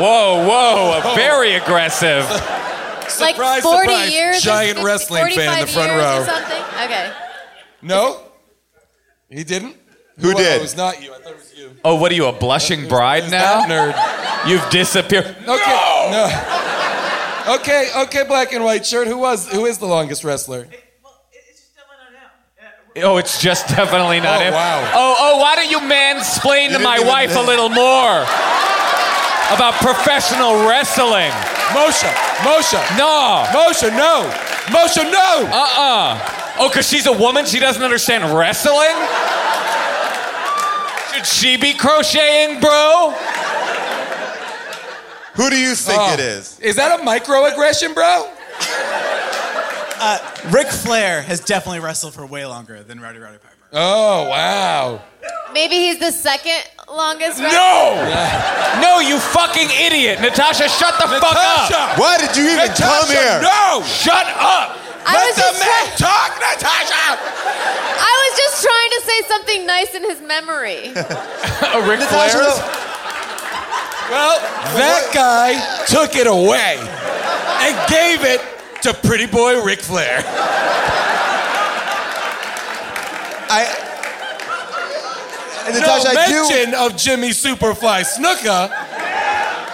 S7: whoa, whoa. Very aggressive.
S6: like
S5: Surprise,
S6: forty
S5: surprise,
S6: years. or
S5: giant
S6: 50
S5: wrestling fan in the
S6: 45
S5: front
S6: years
S5: row.
S6: Or something. Okay.
S5: No? He didn't?
S3: Who
S5: Well,
S3: did?
S5: It was not you. I thought it was you.
S7: Oh, what are you, a blushing bride
S5: That
S7: now?
S5: nerd.
S7: You've disappeared.
S5: Okay. No. Okay, okay, black and white shirt. Who was who is the longest wrestler?
S7: Oh, it's just definitely not
S5: Oh,
S7: him.
S5: wow.
S7: Oh, oh, why don't you mansplain to
S3: didn't
S7: my
S3: even-
S7: wife a little more about professional wrestling?
S5: Moshe. Moshe.
S7: No.
S5: Moshe, no. Moshe, no.
S7: Uh-uh. Oh, because she's a woman, she doesn't understand wrestling? Should she be crocheting, bro?
S3: Who do you think
S5: Oh.
S3: it is?
S5: Is that a microaggression, bro?
S13: Uh, Ric Flair has definitely wrestled for way longer than Rowdy Rowdy Piper.
S5: Oh, wow.
S6: Maybe he's the second longest. Wrestler.
S7: No! No, you fucking idiot. Natasha, shut the fuck up.
S5: Natasha!
S3: Why did you even
S5: Natasha,
S3: come here?
S5: No!
S7: Shut up.
S6: I was just try-
S5: talk, Natasha!
S6: I was just trying to say something nice in his memory.
S7: Uh, Ric
S3: Natasha,
S7: Flair?
S3: no.
S5: Well, that guy took it away and gave it to pretty boy Ric Flair.
S3: I And Natasha,
S5: no
S3: I do-
S5: mention of Jimmy Superfly Snuka,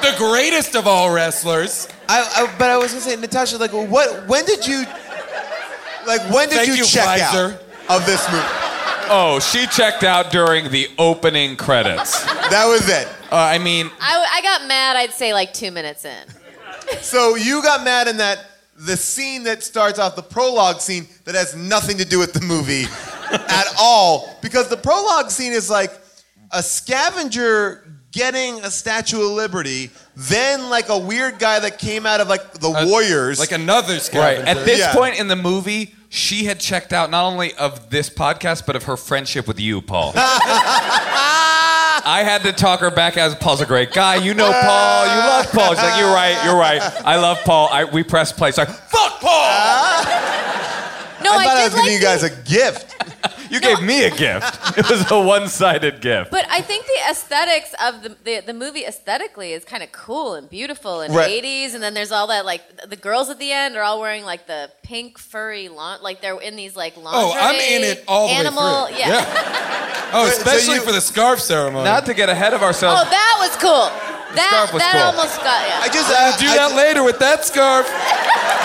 S5: the greatest of all wrestlers.
S3: I, I, but I was gonna say, Natasha, like, what? When did you, like, when did
S7: Thank
S3: you,
S7: you,
S3: check
S7: Pfizer.
S3: out of this movie?
S7: Oh, she checked out during the opening credits.
S3: That was it.
S7: Uh, I mean,
S6: I, I got mad. I'd say like two minutes in.
S3: So you got mad in that the scene that starts off the prologue scene that has nothing to do with the movie at all because the prologue scene is like a scavenger getting a Statue of Liberty, then like a weird guy that came out of like the Warriors,
S5: like another
S7: right.
S5: scavenger.
S7: At this
S3: Yeah.
S7: point in the movie, she had checked out not only of this podcast but of her friendship with you, Paul. I had to talk her back out. Paul's a great guy. You know Paul. You love Paul. She's like, you're right. You're right. I love Paul. I, we press play. She's like, fuck Paul.
S6: No, I,
S3: I thought I
S6: did
S3: was
S6: like
S3: giving you guys a gift.
S7: You gave me a gift. It was a one-sided gift.
S6: But I think the aesthetics of the the, the movie aesthetically is kind of cool and beautiful and
S7: Right.
S6: 80s, and then there's all that like th- the girls at the end are all wearing like the pink furry lawn, like they're in these like lingerie.
S5: Oh, I'm in it all the way
S6: animal,
S5: through.
S6: yeah.
S5: Oh, especially for the scarf ceremony.
S7: Not to get ahead of ourselves.
S6: Oh, that was cool. That
S5: scarf was
S6: that
S5: cool.
S6: almost got yeah.
S3: I just
S5: We'll do that later with that scarf.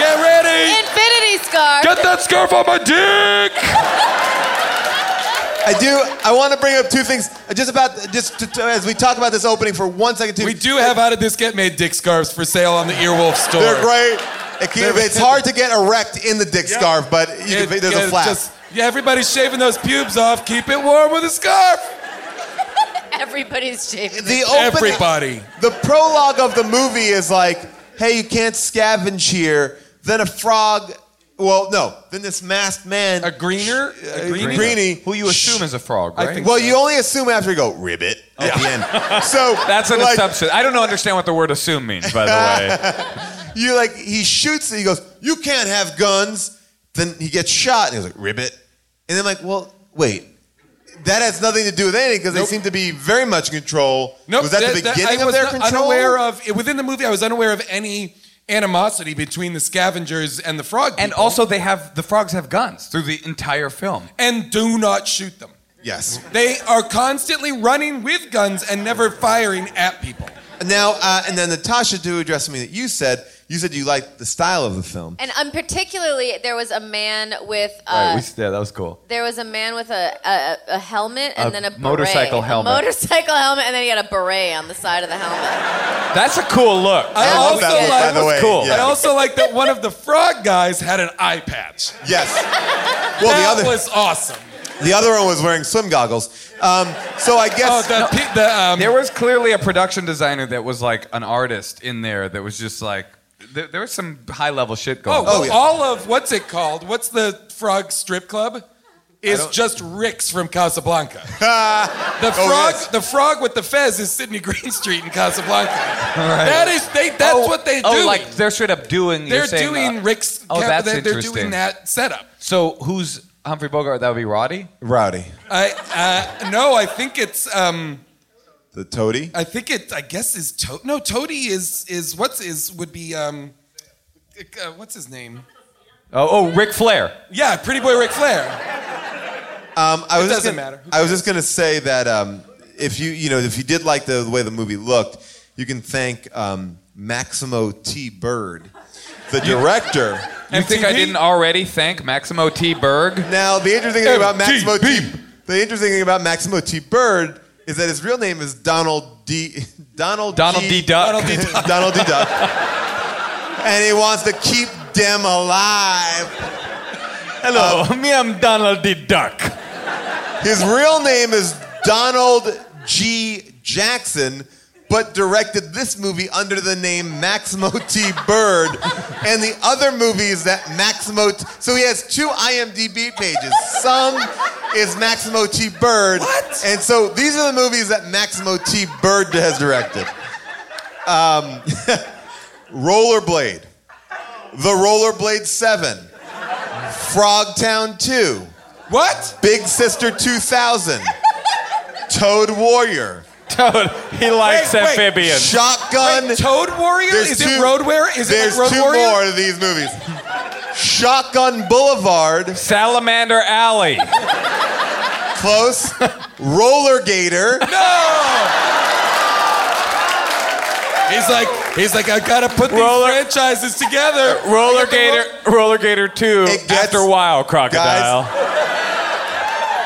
S5: Get ready.
S6: Infinity scarf.
S5: Get that scarf on my dick.
S3: I do. I want to bring up two things uh, just about just to, to- as we talk about this opening for one second. Too.
S5: We do have How Did This Get Made dick scarves for sale on the Earwolf store.
S3: They're great. It can-
S5: They're-
S3: it's hard to get erect in the dick scarf, but you can,
S5: It-
S3: there's a
S5: it's
S3: flap.
S5: just- yeah, everybody's shaving those pubes off. Keep it warm with a scarf.
S6: Everybody's shaving.
S3: the
S6: their-
S3: opening,
S5: Everybody.
S3: The prologue of the movie is like, hey, you can't scavenge here. Then a frog. Well, no. Then this masked man, a
S5: greener,
S3: a greenie,
S7: who you assume is a frog,
S3: I
S7: right?
S3: think well, you only assume after you go ribbit at the end. So
S7: That's an
S3: like,
S7: assumption. I don't know, understand what the word assume means, by the way.
S3: You like he shoots it. He goes, "You can't have guns." Then he gets shot, and he's like, "Ribbit," and then like, "Well, wait." That has nothing to do with anything because
S5: Nope.
S3: they seem to be very much in control.
S5: Nope,
S3: was that, the beginning
S5: I
S3: of
S5: was
S3: their
S5: not
S3: control?
S5: Unaware of within the movie, I was unaware of any animosity between the scavengers and the frog.
S7: And also, they have the frogs have guns through the entire film.
S5: and do not shoot them.
S3: Yes.
S5: They are constantly running with guns and never firing at people.
S3: Now, uh, and then Natasha, to address something that you said, you said you liked the style of the film.
S6: And um, particularly, there was a man with
S7: Right,
S6: uh,
S7: we- yeah, that was cool.
S6: there was a man with a a, a helmet and
S7: A
S6: then a beret.
S7: motorcycle
S6: A
S7: helmet.
S6: motorcycle helmet, and then he had a beret on the side of the helmet.
S7: That's a cool look.
S5: I
S6: love
S5: also
S6: that look,
S5: like,
S3: by the way,
S7: cool.
S3: yeah.
S5: I also like that one of the frog guys had an eye patch.
S3: Yes. Well,
S5: that
S3: the other
S5: was awesome.
S3: the other one was wearing swim goggles. Um, so I
S5: Oh,
S3: guess
S5: the, pe- the, um,
S7: There was clearly a production designer that was like an artist in there that was just like there, there was some high level shit going.
S5: Oh,
S7: on.
S5: well,
S3: yeah.
S5: all of what's it called? What's the frog strip club? Is
S3: don't-
S5: just Rick's from Casablanca. the frog,
S3: yes.
S5: the frog with the fez is Sydney Greenstreet in Casablanca. That is, they, that's
S7: Oh,
S5: what they do.
S7: Oh, like they're straight up doing. you're
S5: they're
S7: saying,
S5: doing
S7: uh,
S5: Rick's.
S7: Oh, that's
S5: they're, they're
S7: interesting.
S5: doing that setup.
S7: So who's Humphrey Bogart? That would be Roddy.
S3: Rowdy,
S5: I uh, no, I think it's. Um,
S3: the toady.
S5: I think it. I guess is to- no. Toady is is what's is would be. Um, uh, what's his name?
S7: Oh, oh, Ric Flair.
S5: Yeah, Pretty Boy Ric Flair.
S3: Um, I was just
S5: It doesn't
S3: gonna,
S5: matter. Who
S3: I was just going to say that um, if you you know if you did like the, the way the movie looked, you can thank um, Maximo T. Bird, the director.
S7: You think I
S5: MTV?
S7: didn't already thank Maximo T. Berg?
S3: Now, the interesting thing about
S5: MTV.
S3: Maximo T. The interesting thing about Maximo T. Bird is that his real name is Donald D. Donald
S7: Donald D. Duck.
S5: Donald D. Duck.
S3: Donald D. Duck. and he wants to keep them alive. Um,
S7: Hello, me, I'm Donald D. Duck.
S3: His real name is Donald G. Jackson, but directed this movie under the name Maximo T. Bird, and the other movies that Maximo. T- so he has two IMDb pages. Some is Maximo T. Bird,
S5: What?
S3: and so these are the movies that Maximo T. Bird has directed. Um, Rollerblade, The Rollerblade Seven, Frogtown Two.
S5: What?
S3: Big Sister 2000, Toad Warrior,
S7: Toad, he likes
S5: Wait, wait.
S7: amphibians.
S3: Shotgun.
S5: Wait, Toad Warrior?
S3: There's
S5: Is
S3: two,
S5: it Road Warrior? Is
S3: there's
S5: it like Road
S3: two
S5: Warrior?
S3: more of these movies. Shotgun Boulevard,
S7: Salamander Alley.
S1: close. Roller gator.
S5: He's like, he's like, I gotta put these franchises together.
S7: Roller Gator, Roller Gator Two. after a while, Crocodile.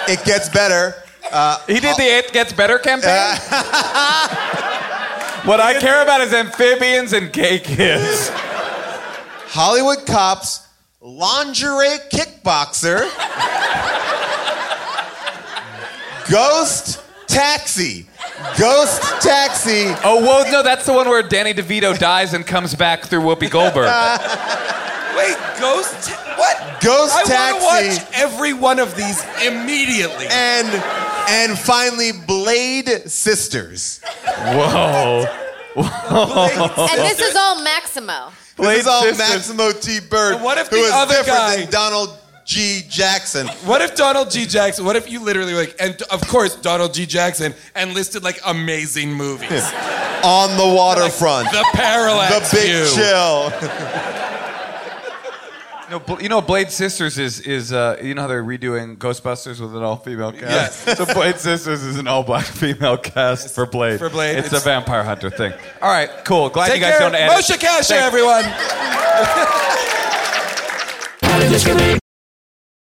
S1: it gets better. Uh,
S7: he did the It Gets Better campaign. what I care about is amphibians and gay kids.
S1: Hollywood cops, lingerie kickboxer, ghost taxi. Ghost taxi.
S7: Oh, whoa, no, that's the one where Danny DeVito dies and comes back through Whoopi Goldberg.
S5: Wait, ghost? Ta- what?
S1: Ghost
S5: I
S1: Taxi.
S5: I want to watch every one of these immediately.
S1: And and finally Blade Sisters.
S7: Whoa. Oh.
S1: Whoa.
S6: And this is all Maximo.
S1: This is all Maximo T. Bird,
S5: What if
S1: who
S5: the
S1: is
S5: other
S1: different
S5: guy-
S1: than Donald G. Jackson.
S5: What if Donald G. Jackson? What if you literally like, and of course Donald G. Jackson, and listed like amazing movies,
S1: On the waterfront.
S5: The Parallax
S1: The Big
S5: View.
S1: Chill.
S7: No, Bl- you know Blade Sisters is is uh, you know how they're redoing Ghostbusters with an all female cast. Yes. so Blade Sisters is an all black female cast for Blade.
S5: For Blade,
S7: it's,
S5: it's-
S7: a vampire hunter thing. All right, cool. Glad
S5: Take
S7: you guys
S5: care.
S7: don't edit.
S5: Moshe Kasher,
S7: Thank-
S5: everyone.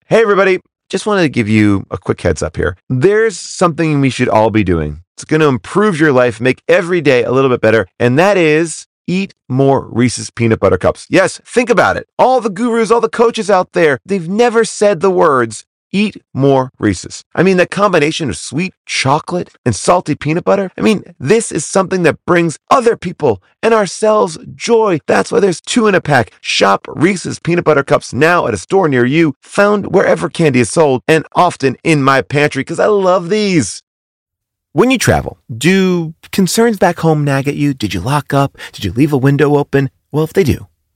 S3: Hey, everybody. Just wanted to give you a quick heads up here. There's something we should all be doing. It's going to improve your life, make every day a little bit better, and that is eat more Reese's peanut butter cups. Yes, think about it. All the gurus, all the coaches out there, they've never said the words eat more Reese's. I mean, the combination of sweet chocolate and salty peanut butter. I mean, this is something that brings other people and ourselves joy. That's why there's two in a pack. Shop Reese's peanut butter cups now at a store near you, found wherever candy is sold, and often in my pantry because I love these. When you travel, do concerns back home nag at you? Did you lock up? Did you leave a window open? Well, if they do,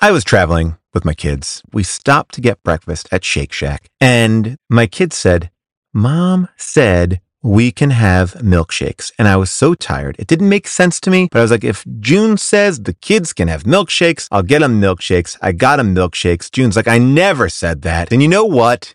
S3: I was traveling with my kids. We stopped to get breakfast at Shake Shack, and my kids said, Mom said we can have milkshakes. And I was so tired. It didn't make sense to me, but I was like, if June says the kids can have milkshakes, I'll get them milkshakes. I got them milkshakes. June's like, I never said that. And you know what?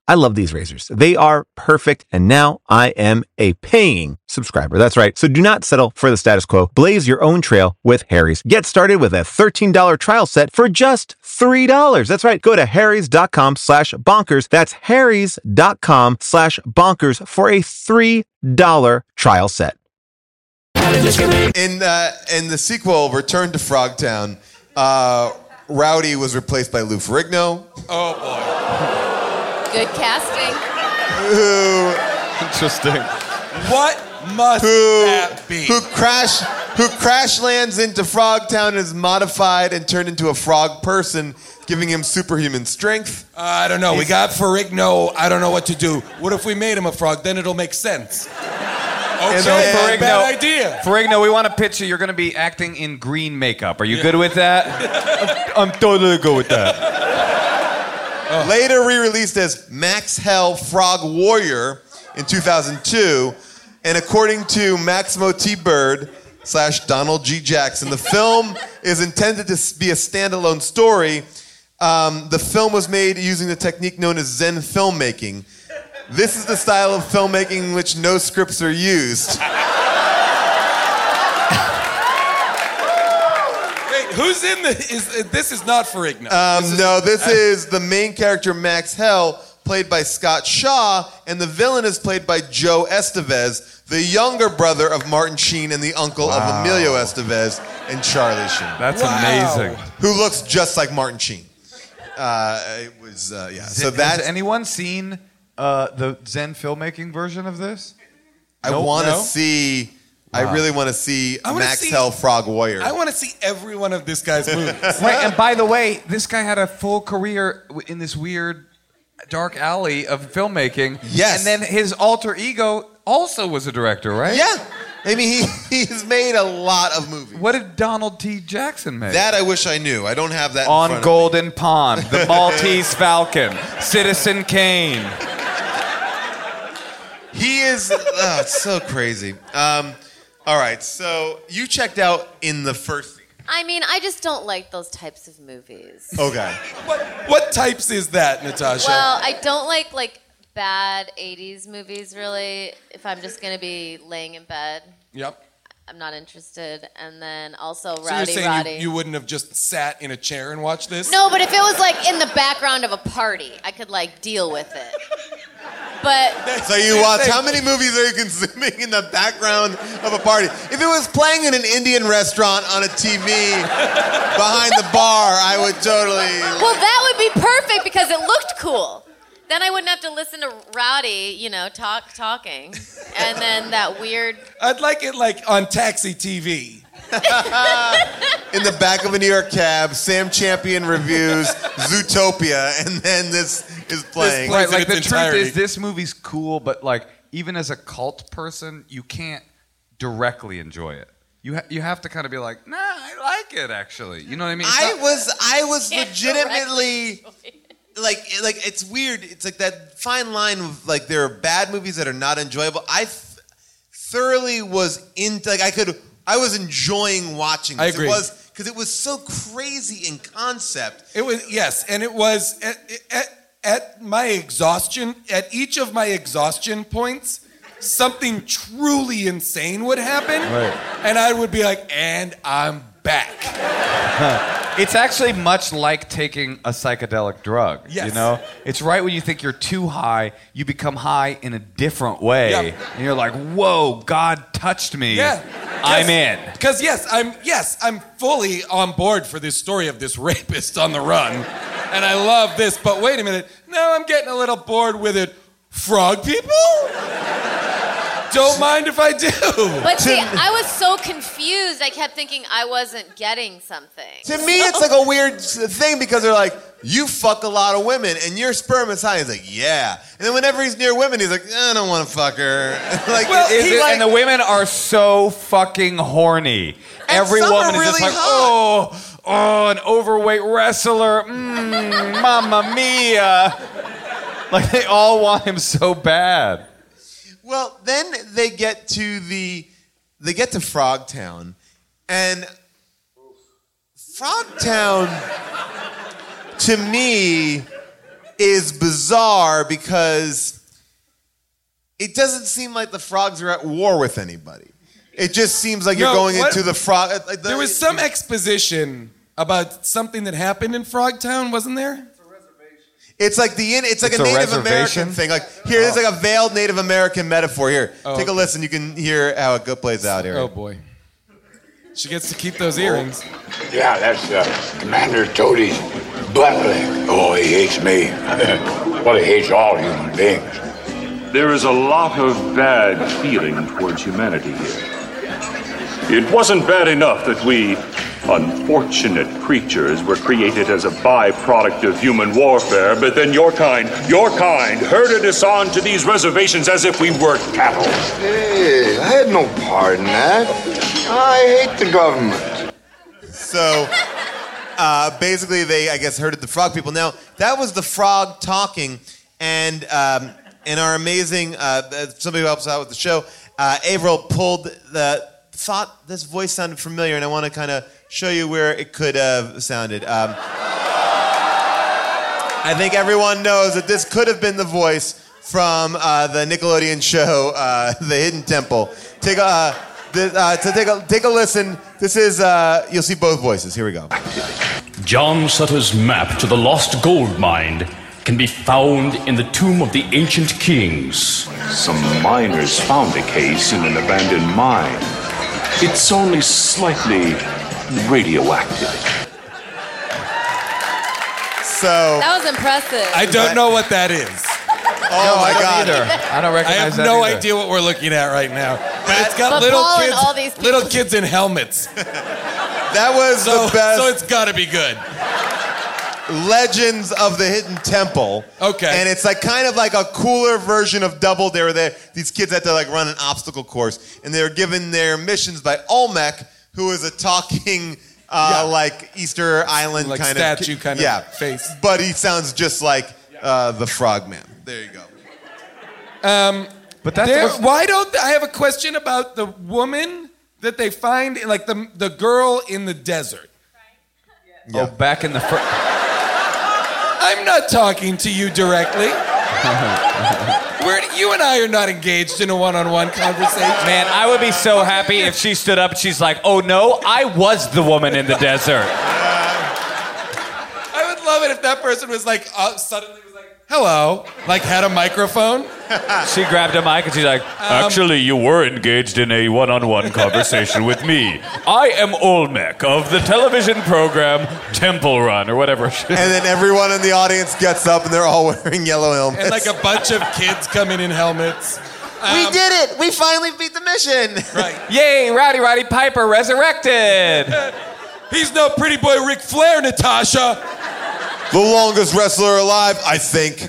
S3: I love these razors. They are perfect, and now I am a paying subscriber. That's right. So do not settle for the status quo. Blaze your own trail with Harry's. Get started with a $13 trial set for just $3. That's right. Go to harrys.com slash bonkers. That's harrys.com slash bonkers for a $3 trial set.
S1: In uh, in the sequel, Return to Frogtown, uh, Rowdy was replaced by Lou Ferrigno,
S6: Good casting.
S1: who
S7: Interesting.
S5: What must
S1: who
S5: that be?
S1: who crash who crash lands into Frogtown and is modified and turned into a frog person, giving him superhuman strength.
S5: Uh, I don't know. We got Ferrigno. I don't know what to do. What if we made him a frog? Then it'll make sense. Okay,
S7: Ferrigno-
S5: bad idea.
S7: Ferrigno, we want to pitch you. You're going to be acting in green makeup. Are you good with that? I'm totally good with that.
S3: Later re released as Max Hell Frog Warrior in 2002. And according to Maximo T. Bird slash Donald G. Jackson, the film is intended to be a standalone story. Um, the film was made using the technique known as Zen filmmaking. This is the style of filmmaking in which no scripts are used.
S5: Wait, who's in the? Is uh, this is not Ferrigno?
S3: Um, no, this is the main character Max Hell, played by Scott Shaw, and the villain is played by Joe Estevez, the younger brother of Martin Sheen and the uncle
S5: Wow.
S3: of Emilio Estevez and Charlie Sheen.
S5: That's Wow. amazing.
S3: Who looks just like Martin Sheen. Uh, it was uh, yeah. So
S7: Has
S3: that's
S7: anyone seen uh, the Zen filmmaking version of this?
S3: I
S7: Nope,
S3: want to
S7: no?
S3: see.
S7: Wow.
S3: I really want to see
S7: I wanna
S3: Max
S7: see-
S3: Hell Frog Warrior.
S5: I want to see every one of this guy's movies.
S7: Wait, and by the way, this guy had a full career w- in this weird dark alley of filmmaking. Yes. And then his alter ego also was a director, right?
S3: Yeah. I mean, he, he's made a lot of movies.
S7: What did Donald T. Jackson make?
S3: That I wish I knew. I don't have that. in front
S7: On
S3: of
S7: Golden Pond, The Maltese Falcon, Citizen Kane.
S3: me. He is. oh, it's so crazy. Um, all right. So you checked out in the first.
S6: I mean, I just don't like those types of movies.
S3: Okay.
S5: what what types is that, Natasha?
S6: Well, I don't like like bad '80s movies. Really, if I'm just gonna be laying in bed,
S5: yep.
S6: I'm not interested. And then also
S5: so you're
S6: Rowdy
S5: saying
S6: Roddy.
S5: you, you wouldn't have just sat in a chair and watched this?
S6: no, but if it was like in the background of a party, I could like deal with it. But
S3: So you watch how many movies are you consuming in the background of a party? If it was playing in an Indian restaurant on a TV behind the bar, I would totally.
S6: Well, that would be perfect because it looked cool. Then I wouldn't have to listen to Rowdy, you know, talk talking, and then that weird.
S5: I'd like it like on taxi TV.
S3: in the back of a New York cab, Sam Champion reviews Zootopia, and then this is playing.
S7: Right, like the truth is, this movie's cool, but like even as a cult person, you can't directly enjoy it. You ha- you have to kind of be like, nah, I like it actually. You know what I mean? It's
S3: I
S7: not-
S3: was I was legitimately like like it's weird. It's like that fine line of like there are bad movies that are not enjoyable. I th- thoroughly was into like I could I was enjoying watching. This.
S5: I agree.
S3: It was because it was so crazy in concept.
S5: It was yes, and it was at, at, at my exhaustion. At each of my exhaustion points, something truly insane would happen,
S7: Right.
S5: and I would be like, "And I'm back."
S7: it's actually much like taking a psychedelic drug. You
S5: Yes.
S7: know, it's right when you think you're too high, you become high in a different way, and you're like, whoa, God touched me.
S5: Yeah.
S7: I'm in.
S5: Because yes, I'm yes, I'm fully on board for this story of this rapist on the run, and I love this. But wait a minute, now I'm getting a little bored with it. Frog people? Don't mind if I do.
S6: But see, I was so confused. I kept thinking I wasn't getting something.
S3: To me, it's like a weird s- thing because they're like, you fuck a lot of women and your sperm is high. He's like, yeah. And then whenever he's near women, he's like, I don't want to fuck her. like,
S7: Is
S3: he
S7: it-
S3: like-
S7: and the women are so fucking horny. Every
S3: some
S7: woman
S3: are
S7: is just
S3: really
S7: like, oh, oh, an overweight wrestler, mm, mamma mia. Like they all want him so bad.
S3: Well, then they get to the they get to Frogtown, and Frogtown to me is bizarre because it doesn't seem like the frogs are at war with anybody. It just seems like you're
S5: No,
S3: going
S5: what-
S3: into the frog. Like the,
S5: There was some exposition about something that happened in Frogtown, wasn't there?
S3: It's like the in, it's like
S5: It's
S3: a
S5: a
S3: Native
S5: reservation?
S3: American thing. Like here, there's like a veiled Native American metaphor here.
S5: Oh,
S3: Take a
S5: okay.
S3: listen. You can hear how it go- plays out here.
S5: Oh boy. She gets to keep those earrings.
S8: Yeah, that's uh, Commander Toadie's buttling. Oh, he hates me. well, he hates all human beings.
S14: There is a lot of bad feeling towards humanity here. It wasn't bad enough that we, unfortunate creatures, were created as a byproduct of human warfare, but then your kind, your kind, herded us on to these reservations as if we were cattle.
S15: Hey, I had no part in that. I hate the government.
S3: So uh, basically, they, I guess, herded the frog people. Now, that was the frog talking, and um, and our amazing, uh, uh, somebody who helps out with the show, uh, Avril pulled the, thought this voice sounded familiar, and I want to kind of show you where it could have sounded. Um, I think everyone knows that this could have been the voice from uh, the Nickelodeon show, uh, The Hidden Temple. Take a, uh, th- uh, so take a take a listen. This is uh, you'll see both voices. Here we go.
S16: John Sutter's map to the lost gold mine can be found in the tomb of the ancient kings.
S14: Some miners found a case in an abandoned mine. It's only slightly radioactive.
S3: So
S6: That was impressive.
S5: I don't know what that is.
S3: Oh my God.
S7: I don't recognize
S5: I have
S7: that
S5: no
S7: either.
S5: idea what we're looking at right now. But it's got
S6: But
S5: little
S6: Paul and
S5: kids,
S6: all these people-
S5: little kids in helmets.
S3: That was
S5: so,
S3: the best.
S5: So it's got to be good.
S3: Legends of the Hidden Temple.
S5: Okay.
S3: And it's like kind of like a cooler version of Double Dare. There, these kids had to like run an obstacle course, and they were given their missions by Olmec, who is a talking, uh, like Easter Island
S5: Like
S3: kind
S5: statue
S3: of
S5: kind of
S3: yeah.
S5: face.
S3: But he sounds just like uh, the Frogman. There you go.
S5: Um,
S7: but
S3: that's-
S5: why don't I have a question about the woman that they find, like the the girl in the desert?
S7: Oh, back in the fr-
S5: I'm not talking to you directly. We're, you and I are not engaged in a one-on-one conversation.
S17: Man, I would be so happy if she stood up and she's like, oh no, I was the woman in the desert.
S5: I would love it if that person was like uh, suddenly was like, "Hello," like had a microphone.
S17: She grabbed a mic and she's like,
S3: Um,
S16: Actually, you were engaged in a one on one conversation with me. I am Olmec of the television program Temple Run or whatever.
S3: And then everyone in the audience gets up, and they're all wearing yellow helmets.
S5: and like a bunch of kids coming in helmets.
S3: we
S16: Um,
S3: did it! We finally beat the mission.
S5: Right.
S17: yay, Rowdy Roddy Piper resurrected.
S5: He's no pretty boy Ric Flair, Natasha.
S3: The longest wrestler alive, I think.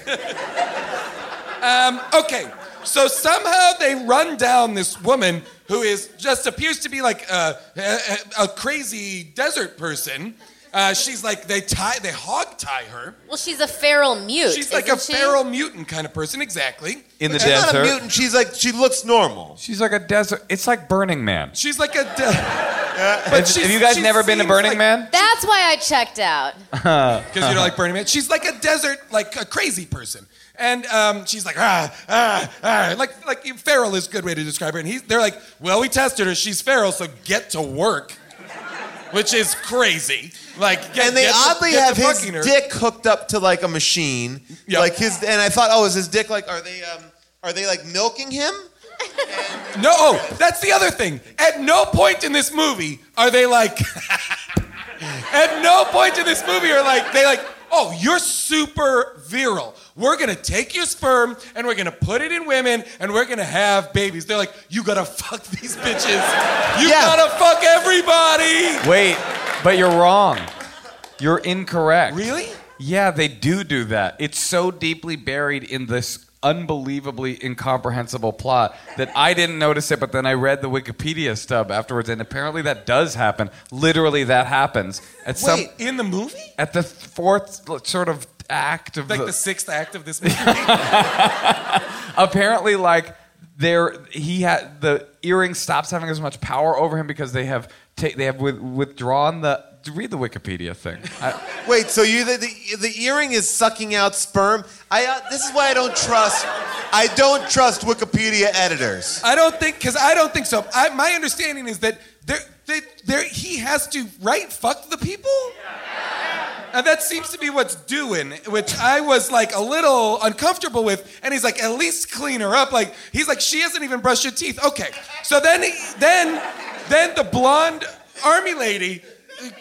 S5: Um, okay, so somehow they run down this woman who is just appears to be like a, a, a crazy desert person. Uh, she's like they tie, they hog tie her.
S6: Well, she's a feral mute.
S5: She's like
S6: isn't
S5: a
S6: she?
S5: feral mutant kind of person, exactly.
S17: In the
S3: She's not a
S17: desert.
S3: mutant. She's like she looks normal.
S7: She's like a desert. It's like Burning Man.
S5: She's like a. De-
S17: Have- have you guys never been to Burning Man?
S6: That's why I checked out.
S5: Because
S7: Uh-huh.
S5: you don't like Burning Man. She's like a desert, like a crazy person. And um, she's like, ah, ah, ah. Like, like feral is a good way to describe her. And he's, they're like, well, we tested her. She's feral, so get to work. Which is crazy. Like, get,
S3: and they
S5: get to-
S3: oddly
S5: get to
S3: have his
S5: fucking her.
S3: dick hooked up to like a machine. Like his, and I thought, oh, is his dick like? Are they, um, are they like milking him?
S5: No, oh, that's the other thing. At no point in this movie are they like. at no point in this movie are like they like. Oh, you're super virile. We're gonna take your sperm and we're gonna put it in women and we're gonna have babies. They're like, you gotta fuck these bitches. You gotta fuck everybody.
S7: Wait, but you're wrong. You're incorrect.
S5: Really?
S7: Yeah, they do do that. It's so deeply buried in this unbelievably incomprehensible plot that I didn't notice it, but then I read the Wikipedia stub afterwards, and apparently that does happen. Literally, that happens at some
S5: Wait, in the movie?
S7: at the fourth sort of act of
S5: Like
S7: the,
S5: the sixth act of this movie.
S7: apparently like there he had the earring stops having as much power over him because they have ta- they have with- withdrawn the read the wikipedia thing I,
S3: Wait, so you the, the, the earring is sucking out sperm? I uh, this is why I don't trust. I don't trust Wikipedia editors.
S5: I don't think because I don't think so. I, my understanding is that there, they, there, he has to right fuck the people, and that seems to be what's doing, which I was like a little uncomfortable with. And he's like, at least clean her up. Like he's like, she hasn't even brushed her teeth. Okay, so then he, then then the blonde army lady.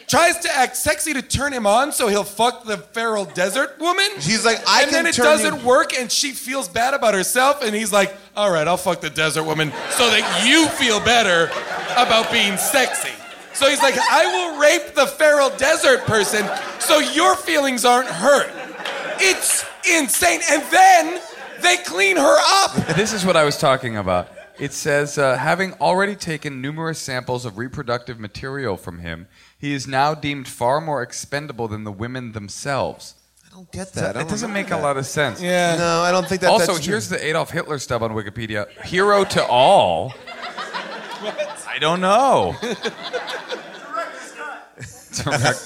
S5: Tries to act sexy to turn him on so he'll fuck the feral desert woman.
S3: She's like, I can
S5: and then it
S3: turn
S5: doesn't
S3: you-
S5: work and she feels bad about herself and he's like all right i'll fuck the desert woman so that you feel better about being sexy so he's like i will rape the feral desert person so your feelings aren't hurt it's insane and then they clean her up
S7: this is what i was talking about It says, uh, having already taken numerous samples of reproductive material from him, he is now deemed far more expendable than the women themselves. I don't
S3: get that. I don't
S7: It doesn't
S3: remember
S7: make a
S3: that.
S7: lot of sense.
S3: Yeah. No, I don't think that-
S7: Also,
S3: that's true.
S7: here's the Adolf Hitler stub on Wikipedia: hero to all. I don't know.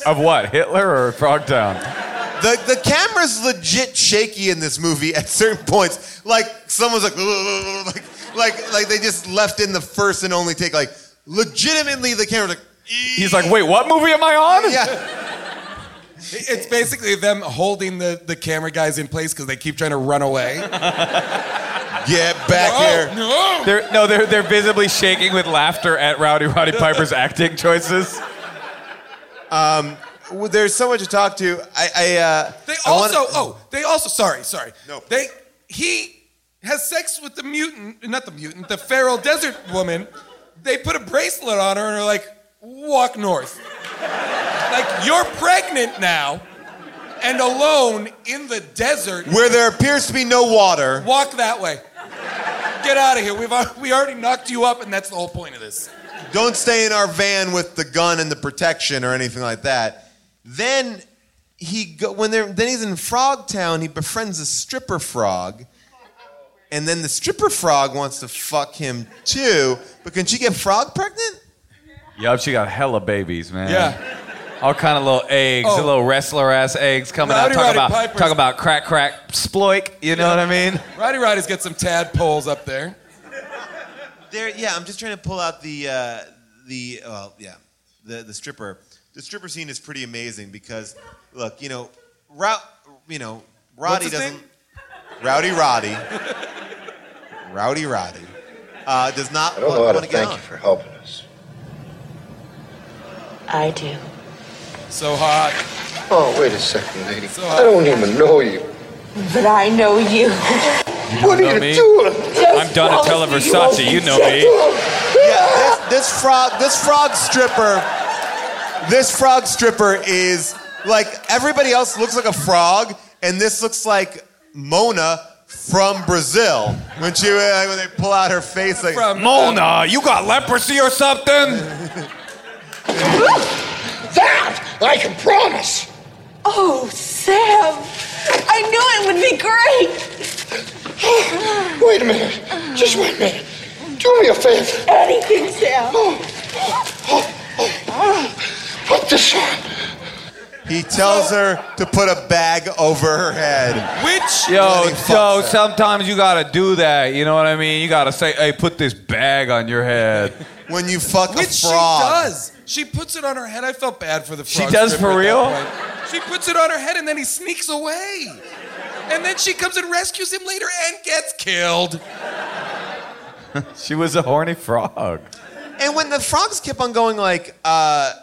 S7: of what? Hitler or Frogtown?
S3: The, the camera's legit shaky in this movie at certain points. Like someone's like, like, like, like they just left in the first and only take. Like, legitimately, the camera's like,
S7: He's like, wait, what movie am I on?
S3: Yeah.
S5: It's basically them holding the, the camera guys in place because they keep trying to run away.
S3: Get back
S5: no,
S7: here.
S5: No.
S7: They're, no, they're, they're visibly shaking with laughter at Rowdy Roddy Piper's acting choices.
S3: um, well, there's so much to talk to. I, I uh,
S5: They
S3: I wanna-
S5: also, oh, they also, sorry, sorry. No. They, he has sex with the mutant, not the mutant, the feral desert woman. They put a bracelet on her and are like, walk north. like, you're pregnant now and alone in the desert.
S3: where there appears to be no water.
S5: Walk that way. Get out of here. We've, al- we already knocked you up, and that's the whole point of this.
S3: don't stay in our van with the gun and the protection or anything like that. Then he go, when they're then he's in Frog Town. He befriends a stripper frog, and then the stripper frog wants to fuck him too. But can she get frog pregnant?
S7: Yup, she got hella babies, man.
S3: Yeah.
S7: All kind of little eggs,
S3: Oh.
S7: little wrestler ass eggs coming
S5: Rowdy
S7: out. Talk
S5: Roddy
S7: about
S5: Piper's-
S7: talk about crack crack sploik. You know what I mean?
S5: Roddy Roddy's got some tadpoles up there.
S3: There, yeah. I'm just trying to pull out the uh, the well, yeah, the the stripper. The stripper scene is pretty amazing because look, you know, Rou- you know, Roddy
S18: his
S3: doesn't.
S18: name?
S3: Rowdy Roddy. Rowdy Roddy uh, does not
S18: I don't know how
S3: want
S18: to
S3: to get
S18: thank
S3: on.
S18: you for helping us.
S11: I do.
S5: So hot.
S18: Oh, wait a second, lady. I don't even know you.
S11: But I know you.
S18: What are you doing?
S17: I'm Donatella Versace. You know me.
S3: Yeah, this, this frog, this frog stripper, this frog stripper is like everybody else looks like a frog, and this looks like Mona from Brazil when she uh, when they pull out her face like
S17: uh,
S7: Mona, you got leprosy or something?
S11: That I can promise. Oh, Sam. I knew it would be great.
S18: Wait a minute. Just wait a minute. Do me a favor. Oh,
S11: Anything, Sam.
S18: Put this on.
S3: He tells her to put a bag over her head.
S5: Which
S7: Yo, so sometimes you gotta do that. You know what I mean? You gotta say, "Hey, put this bag on your head."
S3: When you fuck
S5: Which she does. She puts it on her head. I felt bad for the
S7: She
S5: frog
S7: does for
S5: stripper at
S7: real?
S5: that point. She puts it on her head and then he sneaks away. And then she comes and rescues him later and gets killed.
S7: she was a horny frog.
S3: And when the frogs kept on going, like, uh,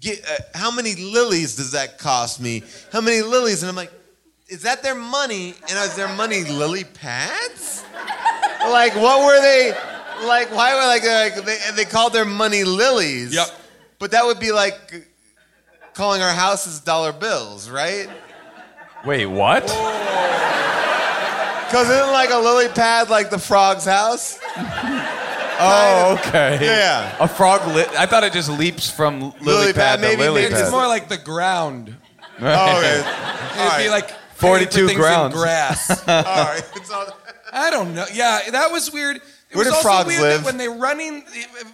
S3: get, uh, how many lilies does that cost me? How many lilies? And I'm like, is that their money? And is their money lily pads? like, what were they? Like, why were like, they're like they, they called their money lilies? Yep. But that would be like calling our houses dollar bills, right?
S7: Wait, what?
S3: Cause isn't like a lily pad like the frog's house?
S7: Oh, okay.
S3: Yeah.
S7: A frog. Li- I thought it just leaps from lily,
S3: Lily pad,
S7: pad, to
S3: maybe-
S7: lily
S3: maybe
S7: pad.
S5: It's more like the ground.
S7: Right.
S3: okay.
S5: It'd be like
S7: 42
S5: things in
S7: grounds.
S5: grass.
S7: All right.
S5: I don't know. Yeah, that was weird. It
S3: Where
S5: was
S3: do
S5: also
S3: frogs
S5: weird
S3: live?
S5: That when they're running,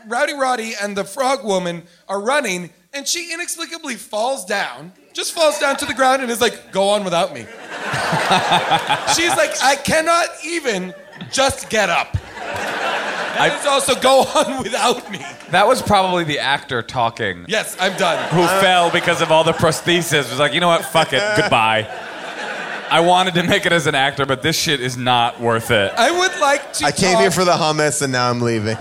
S5: Rowdy Roddy and the frog woman are running, and she inexplicably falls down, just falls down to the ground, and is like, "Go on without me." She's like, "I cannot even just get up." I
S7: I-
S5: also go on without me.
S7: That was probably the actor talking.
S5: Yes, I'm done.
S7: Who fell because of all the prosthesis was like, you know what? Fuck it. Goodbye. I wanted to make it as an actor, but this shit is not worth it.
S5: I would like to.
S3: I came
S5: talk-
S3: here for the hummus and now I'm leaving.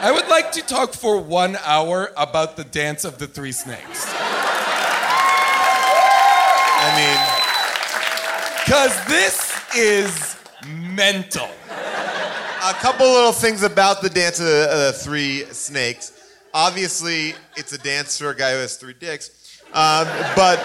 S5: I would like to talk for one hour about the dance of the three snakes.
S3: I mean,
S5: because this is mental.
S3: A couple little things about the dance of the, uh, the three snakes. Obviously, it's a dance for a guy who has three dicks. Um, but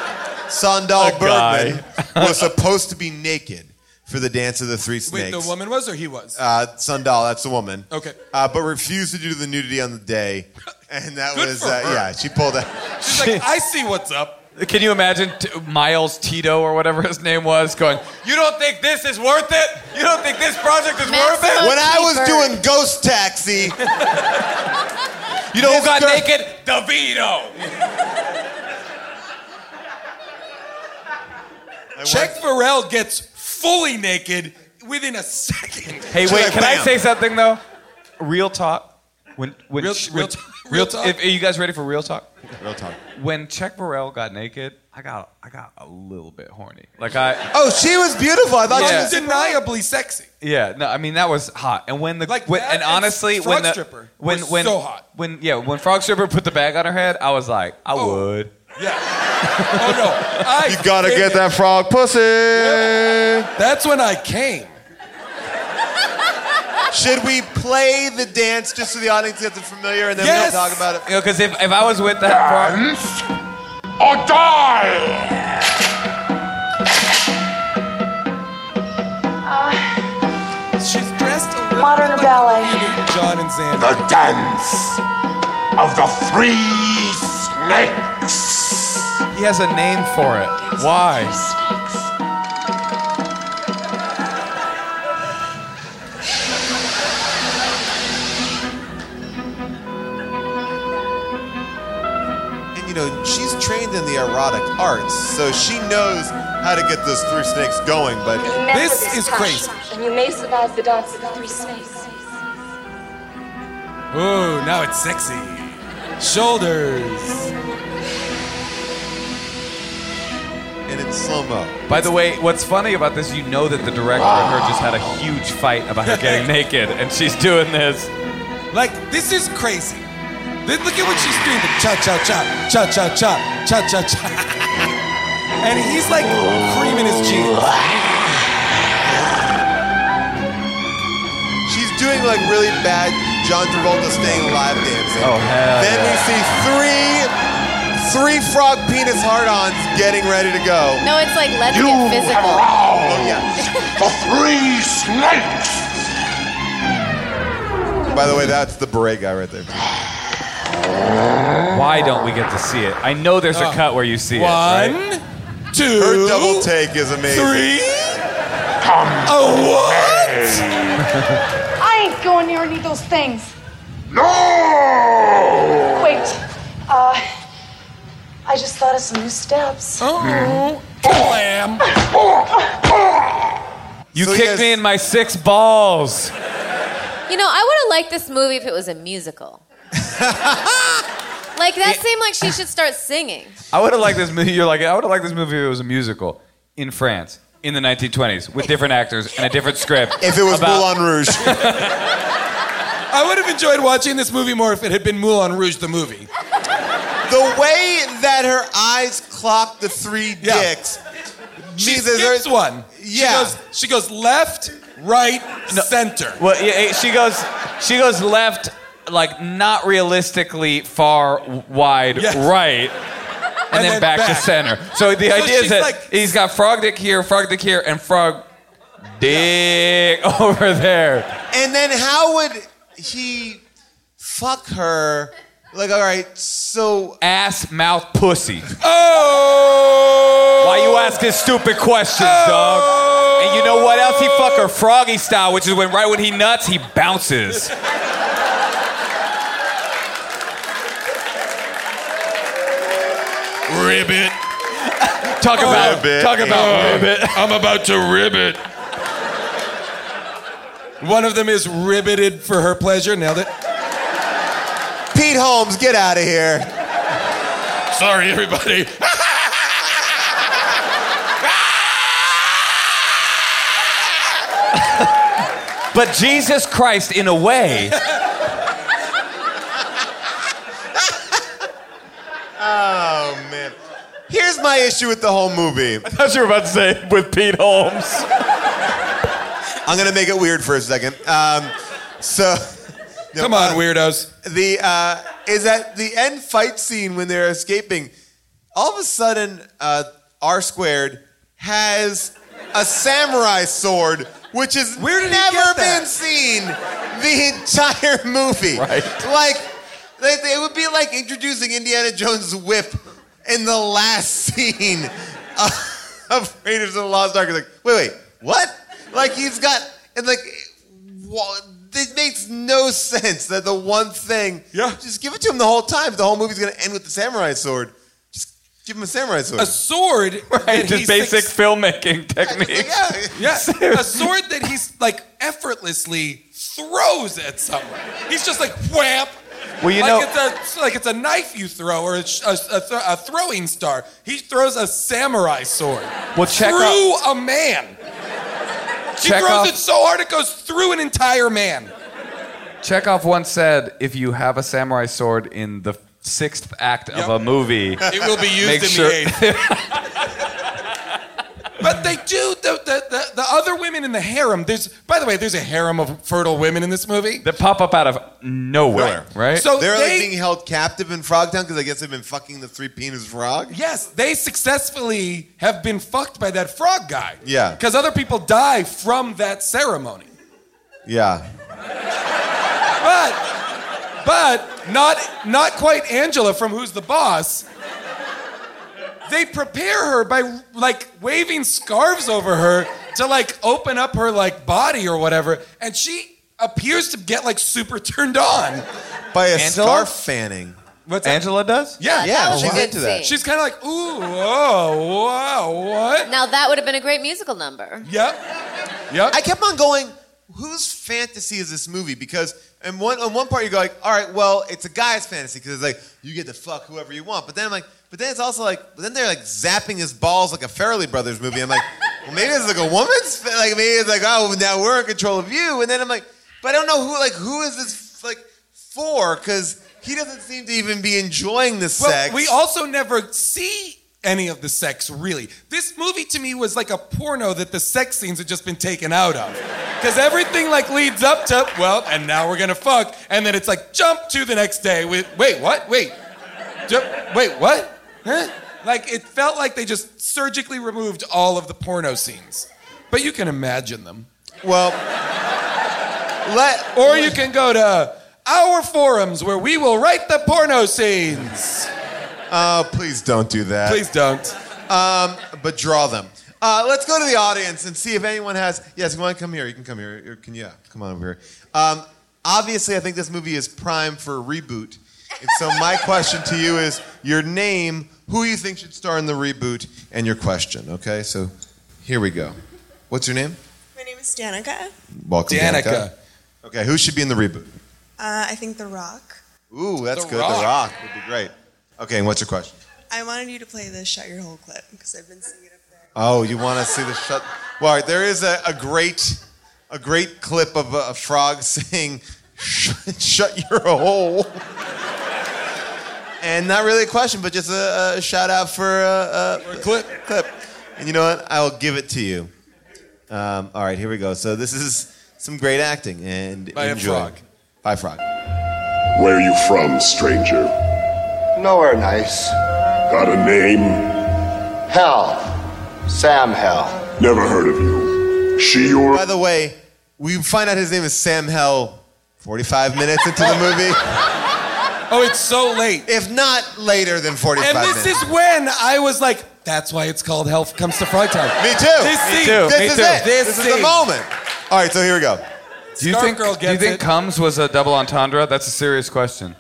S3: Sandal
S7: guy.
S3: Bergman was supposed to be naked for the dance of the three snakes.
S5: Wait, the woman was or he was?
S3: Uh, Sundal, that's the woman.
S5: Okay.
S3: Uh, but refused to do the nudity on the day, and that
S5: Good
S3: was
S5: for
S3: uh,
S5: her.
S3: yeah. She pulled out.
S5: She's like, I see what's up.
S7: Can you imagine t- Miles Tito or whatever his name was going, You don't think this is worth it? You don't think this project is worth it?
S3: When I was doing Ghost Taxi, you know
S7: Who
S3: who
S7: got naked? DeVito.
S5: Check Pharrell gets fully naked within a second.
S7: Hey, wait, can I say something though? Real talk. When, when
S5: Real-
S7: sh-
S5: real
S7: when-
S5: talk- real talk?
S7: If, are you guys ready for real talk?
S3: Real talk.
S7: When Check Burrell got naked, I got I got a little bit horny. Like I
S3: Oh, she was beautiful. I thought she was
S5: undeniably sexy.
S7: yeah no I mean that was hot. And when the when,
S5: that
S7: and honestly
S5: and
S7: when the
S5: Frog Stripper
S7: when
S5: was
S7: when
S5: so hot.
S7: when yeah when Frog Stripper put the bag on her head, I was like I would.
S5: Oh no, I
S3: You gotta get that frog pussy.
S5: That's when I came.
S3: Should we play the dance just so the audience gets it familiar, and then
S7: Yes.
S3: we can talk about it?
S7: You know, because if, if I was with that frog,
S8: Or die!
S5: She's dressed a little
S11: Modern
S5: bit like
S11: ballet.
S5: John and Xander.
S8: The dance of the three snakes.
S7: he has a name for it. Why?
S3: And you know, she's trained in the erotic arts, so she knows how to get those three snakes going. But
S19: Remember passion, And you may survive the dance of the three snakes.
S5: Ooh, now it's sexy. Shoulders.
S3: And it's slow mo.
S7: By the way, what's funny about this, you know that the director and her just had a huge fight about her getting naked, and she's doing this.
S5: Like, this is crazy. Then look at what she's doing. The cha cha cha, cha cha cha, cha cha cha. And he's like creaming his jeans.
S3: She's doing like really bad John Travolta staying alive dancing.
S7: Oh, hell
S3: Then we see three, three frog penis hard-ons getting ready to go.
S6: No, it's like let's
S3: You
S6: get physical.
S3: have wronged Oh, yeah.
S8: The three snakes.
S3: By the way, that's the beret guy right there.
S7: Why don't we get to see it? I know there's
S5: Uh,
S7: a cut where you see it. right?
S5: two,
S3: Her double take is amazing.
S5: three.
S3: Come
S19: I ain't going near any of those things.
S8: No!
S19: Wait. Uh, I just thought of some new steps.
S5: Oh. Blam.
S7: You kicked me in my six balls.
S6: You know, I would have liked this movie if it was a musical. like that seemed like she should start singing.
S7: I would have liked this movie. You're like, I would have liked this movie if it was a musical in France in the 1920s with different actors and a different script.
S3: If it was
S7: about-
S3: Moulin Rouge.
S5: I would have enjoyed watching this movie more if it had been Moulin Rouge the movie.
S3: The way that her eyes clock the three dicks.
S5: She skips one.
S3: Yeah.
S5: She goes, she goes left, right, center.
S7: Well, yeah, eh, she goes, she goes left, like not realistically far, w- wide,
S5: Yes.
S7: right, and, then,
S5: then
S7: back, to
S5: back.
S7: center. So the
S5: So
S7: idea is
S5: she's
S7: that
S5: like-
S7: he's got frog dick here, frog dick here, and frog dick over there.
S3: And then how would he fuck her? Like, all right, so
S7: Ass, mouth, pussy.
S5: Oh!
S7: Why you asking stupid questions, dog? And you know what else? He fuck her froggy style, which is when right when he nuts, he bounces.
S16: Ribbit.
S7: Talk about
S16: Ribbit.
S7: talk about
S16: Oh,
S7: ribbit.
S16: I'm about to ribbit.
S5: One of them is riveted for her pleasure. Nailed it.
S3: Pete Holmes, get out of here.
S16: Sorry, everybody.
S7: But Jesus Christ, in a way,
S3: Oh man. Here's my issue with the whole movie.
S16: I thought you were about to say with Pete Holmes.
S3: I'm gonna make it weird for a second. Um, so, uh,
S5: Come on, weirdos.
S3: the uh, is that the end fight scene when they're escaping? All of a sudden, uh, R squared has a samurai sword, which has never been seen the entire movie. Right. Like, like, it would be like introducing Indiana Jones' whip in the last scene of, of Raiders of the Lost Ark. It's Like, wait, wait, what? Like, he's got, and like, wha- it makes no sense that the one thing, yeah. just give it to him the whole time. If the whole movie's going to end with the samurai sword, just give him a samurai sword.
S5: A sword.
S7: Right, just basic filmmaking technique.
S5: Yeah, a sword that he's like effortlessly throws at someone. He's just like whap.
S7: Well, you
S5: like
S7: know-
S5: it's a, like it's a knife you throw or a, sh- a, a, th- a throwing star. He throws a samurai sword
S7: Well, check
S5: through
S7: out-
S5: a man. He
S7: Check
S5: throws
S7: off-
S5: it so hard it goes through an entire man.
S7: Chekhov once said, "If you have a samurai sword in the sixth act of a movie,
S5: It will be used
S7: make
S5: in
S7: sure-
S5: the eighth. but they do the, the, the, the other women in the harem. There's by the way, there's a harem of fertile women in this movie.
S7: That pop up out of nowhere, right?
S5: So
S3: they're
S5: they-
S3: like being held captive in Frogtown because I guess they've been fucking the three penis frog.
S5: Yes, they successfully have been fucked by that frog guy.
S3: Yeah.
S5: Because other people die from that ceremony.
S3: Yeah.
S5: But but not not quite Angela from Who's the Boss. They prepare her by like waving scarves over her to like open up her like body or whatever, and she appears to get like super turned on
S3: By a
S5: Angela?
S3: scarf fanning.
S5: What's
S7: Angela does?
S5: Yeah,
S3: Yeah, that was she's a good into that. scene.
S5: She's kind of like, ooh, whoa, wow, what?
S6: Now that would have been a great musical number.
S5: Yep. Yep.
S3: I kept on going, whose fantasy is this movie? Because in one, on one part you go like, all right, well, it's a guy's fantasy because it's like, you get to fuck whoever you want. But then I'm like, but then it's also like, but then they're like zapping his balls like a Farrelly Brothers movie. I'm like, well, maybe it's like a woman's, fa- like maybe it's like, oh, now we're in control of you. And then I'm like, but I don't know who, like, who is this like for? Because he doesn't seem to even be enjoying the
S5: Well,
S3: sex.
S5: we also never see any of the sex really. This movie to me was like a porno that the sex scenes had just been taken out of. Because everything like leads up to, well, and now we're gonna fuck, and then it's like jump to the next day with wait, what? Wait. Jump, wait, what? Huh? Like it felt like they just surgically removed all of the porno scenes. But you can imagine them.
S3: Well, let
S5: or you can go to our forums where we will write the porno scenes.
S3: Oh, please don't do that.
S5: Please don't.
S3: Um, but draw them. Uh, let's go to the audience and see if anyone has. Yes, you want to come here? You can come here. You can yeah, come on over here. Um, obviously, I think this movie is prime for a reboot. And so my question to you is your name, who you think should star in the reboot, and your question. Okay, so here we go. What's your name?
S20: My name is Danica.
S3: Welcome, Danica.
S5: Danica.
S3: Okay, who should be in the reboot?
S20: Uh, I think The Rock.
S3: Ooh, that's
S20: The
S3: good.
S20: Rock.
S3: The Rock would be great. Okay, and what's your question?
S20: I wanted you to play the Shut Your Hole clip because I've been singing it.
S3: Oh, you want to see the shut? Well, all right, there is a, a great, a great clip of a, a frog saying, "Shut, shut your hole," and not really a question, but just a, a shout out for a, a, clip. Clip. And you know what? I will give it to you. Um, all right, here we go. So this is some great acting, and
S14: By a
S3: enjoy.
S14: frog.
S3: By frog.
S21: Where are you from, stranger? Nowhere nice. Got a name? Hell. Sam Hell. Never heard of you. She or.
S3: By the way, we find out his name is Sam Hell. Forty-five minutes into the movie.
S5: Oh, it's so late.
S3: If not later than 45
S5: And this
S3: minutes.
S5: is when I was like, that's why it's called Hell Comes to Frogtown.
S3: Me too.
S5: This
S3: Me
S5: scene.
S3: too. This Me is
S5: This is
S3: too. it.
S5: it. This,
S3: This is the moment. All right, so here we go.
S7: Do you
S5: Scarf
S7: think
S5: Girl
S7: do you
S5: gets
S7: think
S5: it.
S7: comes was a double entendre? That's a serious question.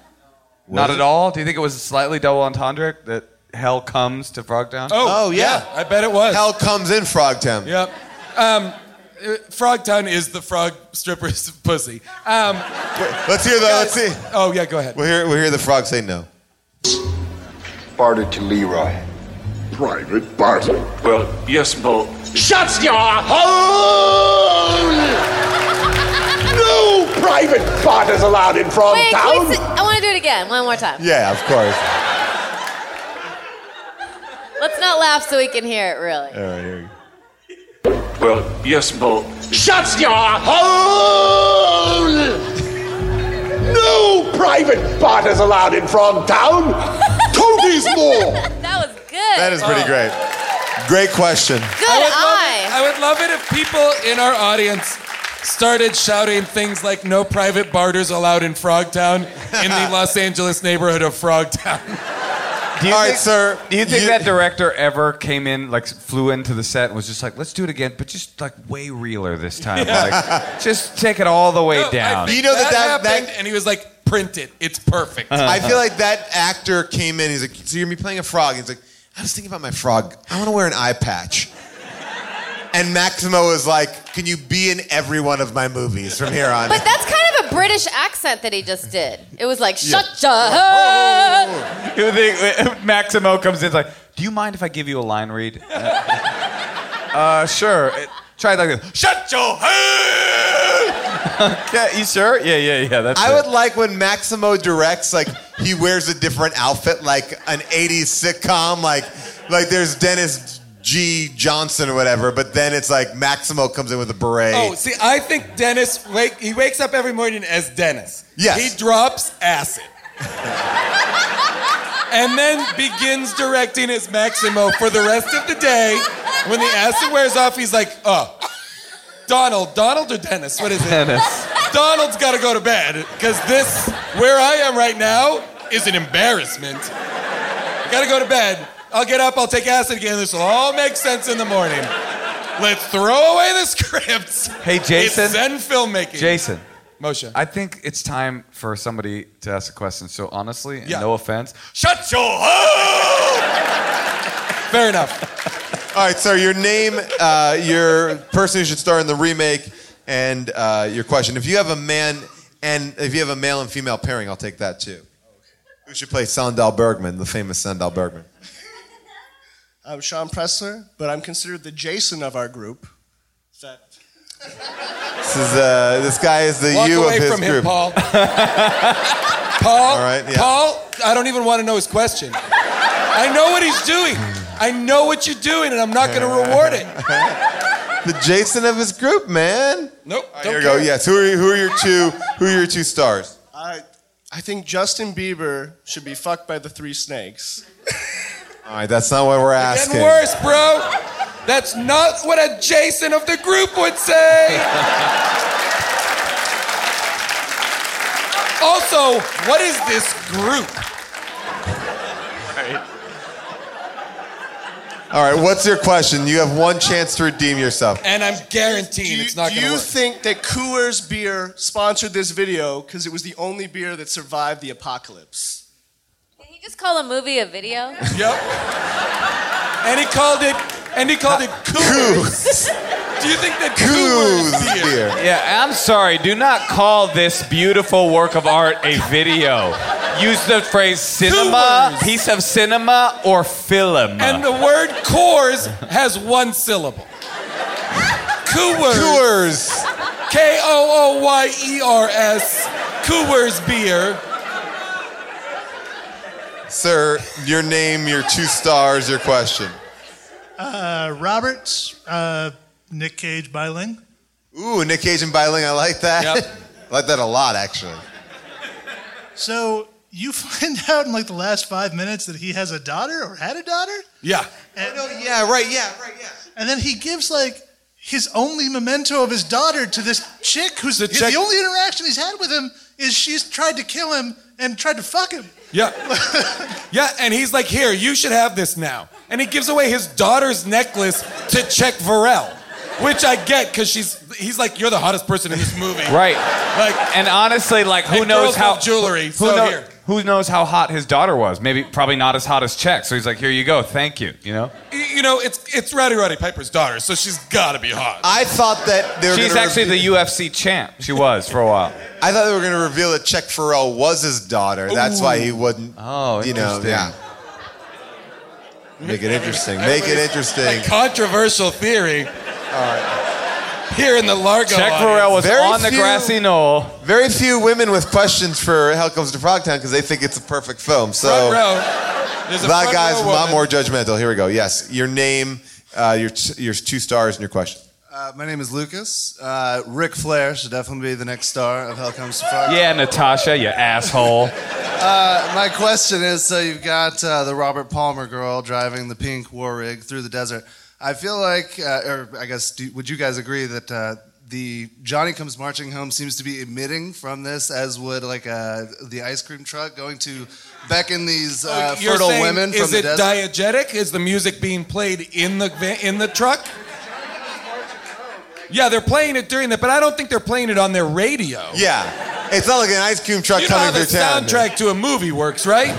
S7: Not at all. Do you think it was a slightly double entendre that hell comes to Frogtown?
S5: Oh, yeah. I bet it was.
S3: Hell comes in Frogtown.
S5: Yep. Um, uh, Frogtown is the frog stripper's pussy. Um,
S3: let's hear though. Let's see.
S5: Oh yeah, go ahead.
S3: We'll hear, we'll hear the frog say no.
S21: Bartered to Leroy. Private Barton.
S14: Well, yes, Bull.
S11: Shut your hole! No private part is allowed in Frog
S6: Wait, can
S11: Town.
S6: we s- I want to do it again, one more time.
S3: Yeah, of course.
S6: Let's not laugh so we can hear it really.
S3: All right, here we go.
S14: Well, yes, Bull.
S11: Shut your hole! No private part is allowed in Frog Town. Cody's Law.
S6: that was good.
S11: Oh.
S3: That is pretty great. Great question.
S6: Good eye.
S5: I would love it if people in our audience started shouting things like "No private barters allowed in Frogtown" in the Los Angeles neighborhood of Frogtown.
S7: Do you
S5: All right,
S7: think-
S5: sir,
S7: Do you think
S5: you-
S7: that director ever came in, like, flew into the set and was just like, "Let's do it again, but just like way realer this time.
S5: Yeah.
S7: Like, just take it all the way down."
S5: You know that that, happened, and he was like, "Print it. It's perfect."
S3: I feel like that actor came in. He's like, "So you're gonna be playing a frog?" He's like, "I was thinking about my frog. I want to wear an eye patch." And Maximo is like, "Can you be in every one of my movies from here on?"
S6: But that's kind of a British accent that he just did. It was like,
S7: Yeah.
S6: shut up.
S7: You think Maximo comes in like, "Do you mind if I give you a line read?" Uh, uh, sure. It- try it like this. Shut your head. okay, you sure? Yeah, yeah, yeah. That's.
S3: I
S7: it.
S3: would like when Maximo directs, like he wears a different outfit, like an '80s sitcom, like like there's Dennis G. Johnson or whatever, but then it's like Maximo comes in with a beret.
S5: Oh, see, I think Dennis wake he wakes up every morning as Dennis.
S3: Yes.
S5: He drops acid. and then begins directing his Maximo for the rest of the day. When the acid wears off, he's like, oh, Donald, Donald or Dennis? What is it?
S7: Dennis.
S5: Donald's got to go to bed because this, where I am right now, is an embarrassment. I gotta go to bed. I'll get up, I'll take acid again. This will all make sense in the morning. Let's throw away the scripts.
S7: Hey, Jason.
S5: It's Zen filmmaking.
S7: Jason.
S5: Moshe.
S7: I think it's time for somebody to ask a question. So honestly, and
S5: Yeah.
S7: no offense,
S5: Shut your hole! Fair enough.
S3: All right, sir. Your name, uh, your person who should star in the remake, and uh, your question. If you have a man and if you have a male and female pairing, I'll take that too. Who should play Sandal Bergman, the famous Sandal Bergman?
S22: I'm Sean Pressler, but I'm considered the Jason of our group. Is that
S3: This is uh, this guy is the
S5: Walk
S3: you
S5: away
S3: of his
S5: from him,
S3: group.
S5: Paul. Paul.
S3: All right, yeah.
S5: Paul. I don't even want to know his question. I know what he's doing. I know what you're doing, and I'm not going to reward it.
S3: The Jason of his group, man.
S5: Nope.
S3: All right, here we go. Yes. Who are you, who are your two who are your two stars?
S22: I, I think Justin Bieber should be fucked by the three snakes.
S3: All right, that's not what we're asking.
S5: And worse, bro. That's not what a Jason of the group would say. also, what is this group?
S3: All right, what's your question? You have one chance to redeem yourself.
S5: And I'm guaranteeing
S22: do you,
S5: it's not
S22: do
S5: going to
S22: you
S5: work.
S22: think that Coors Beer sponsored this video because it was the only beer that survived the apocalypse?
S6: Did he just call a movie a video?
S5: Yep. And he called it. And he called it Uh, Coors. Do you think that Coors beer?
S7: Yeah, I'm sorry. Do not call this beautiful work of art a video. Use the phrase cinema, piece of cinema, or film.
S5: And the word Coors has one syllable. Coors. Coors. K O O Y E R S. Coors beer.
S3: Sir, your name, your two stars, your question.
S23: Uh, Roberts, uh, Nick Cage, Biling.
S3: Ooh, Nick Cage and Biling, I like that. I like that a lot, actually.
S23: So you find out in like the last five minutes that he has a daughter or had a daughter.
S5: Yeah.
S3: yeah, right, yeah, right, yeah.
S23: And then he gives like his only memento of his daughter to this chick who's the,
S5: chick-
S23: the only interaction he's had with him is she's tried to kill him and tried to fuck him.
S5: Yeah. Yeah, and he's like, here, you should have this now. And he gives away his daughter's necklace to check Varel, which I get because she's he's like, you're the hottest person in this movie.
S7: Right.
S5: Like,
S7: and honestly, like, who
S5: and
S7: knows
S5: girls
S7: how
S5: love jewelry?
S7: Who,
S5: so
S7: know-
S5: here.
S7: who knows how hot his daughter was? Maybe, probably not as hot as Czech. So he's like, "Here you go, thank you." You know.
S5: Y- You know, it's it's Rowdy Roddy Piper's daughter, so she's gotta be hot.
S3: I thought that they were
S7: She's
S3: gonna
S7: actually
S3: reveal-
S7: the UFC champ. She was for a while.
S3: I thought they were going to reveal that Check Farrell was his daughter. That's why he wouldn't.
S7: Oh,
S3: you know,
S7: interesting.
S3: yeah. Make it interesting. Make it interesting.
S5: A controversial theory. All right. Here in the Largo.
S7: Jack Varel was on the grassy knoll.
S3: Very few women with questions for Hell Comes to Frogtown because they think it's a perfect film. So
S5: Front row. There's a
S3: that
S5: front
S3: guy's a
S5: row
S3: lot
S5: woman.
S3: more judgmental. Here we go. Yes, your name, uh, your t- your two stars, and your question.
S24: Uh, my name is Lucas. Uh, Rick Flair should definitely be the next star of Hell Comes to Frog.
S7: Yeah, Natasha, you asshole.
S24: Uh, my question is so you've got uh, the Robert Palmer girl driving the pink war rig through the desert. I feel like, uh, or I guess, do, would you guys agree that uh, the Johnny Comes Marching Home seems to be emitting from this, as would like uh, the ice cream truck going to beckon these uh,
S5: You're
S24: fertile
S5: saying,
S24: women from
S5: is
S24: the
S5: it
S24: desert?
S5: diegetic? Is the music being played in the va- in the truck? Yeah, they're playing it during that, but I don't think they're playing it on their radio.
S3: Yeah, it's not like an ice cream truck
S5: you
S3: coming
S5: know how the
S3: through town.
S5: soundtrack to a movie works, right?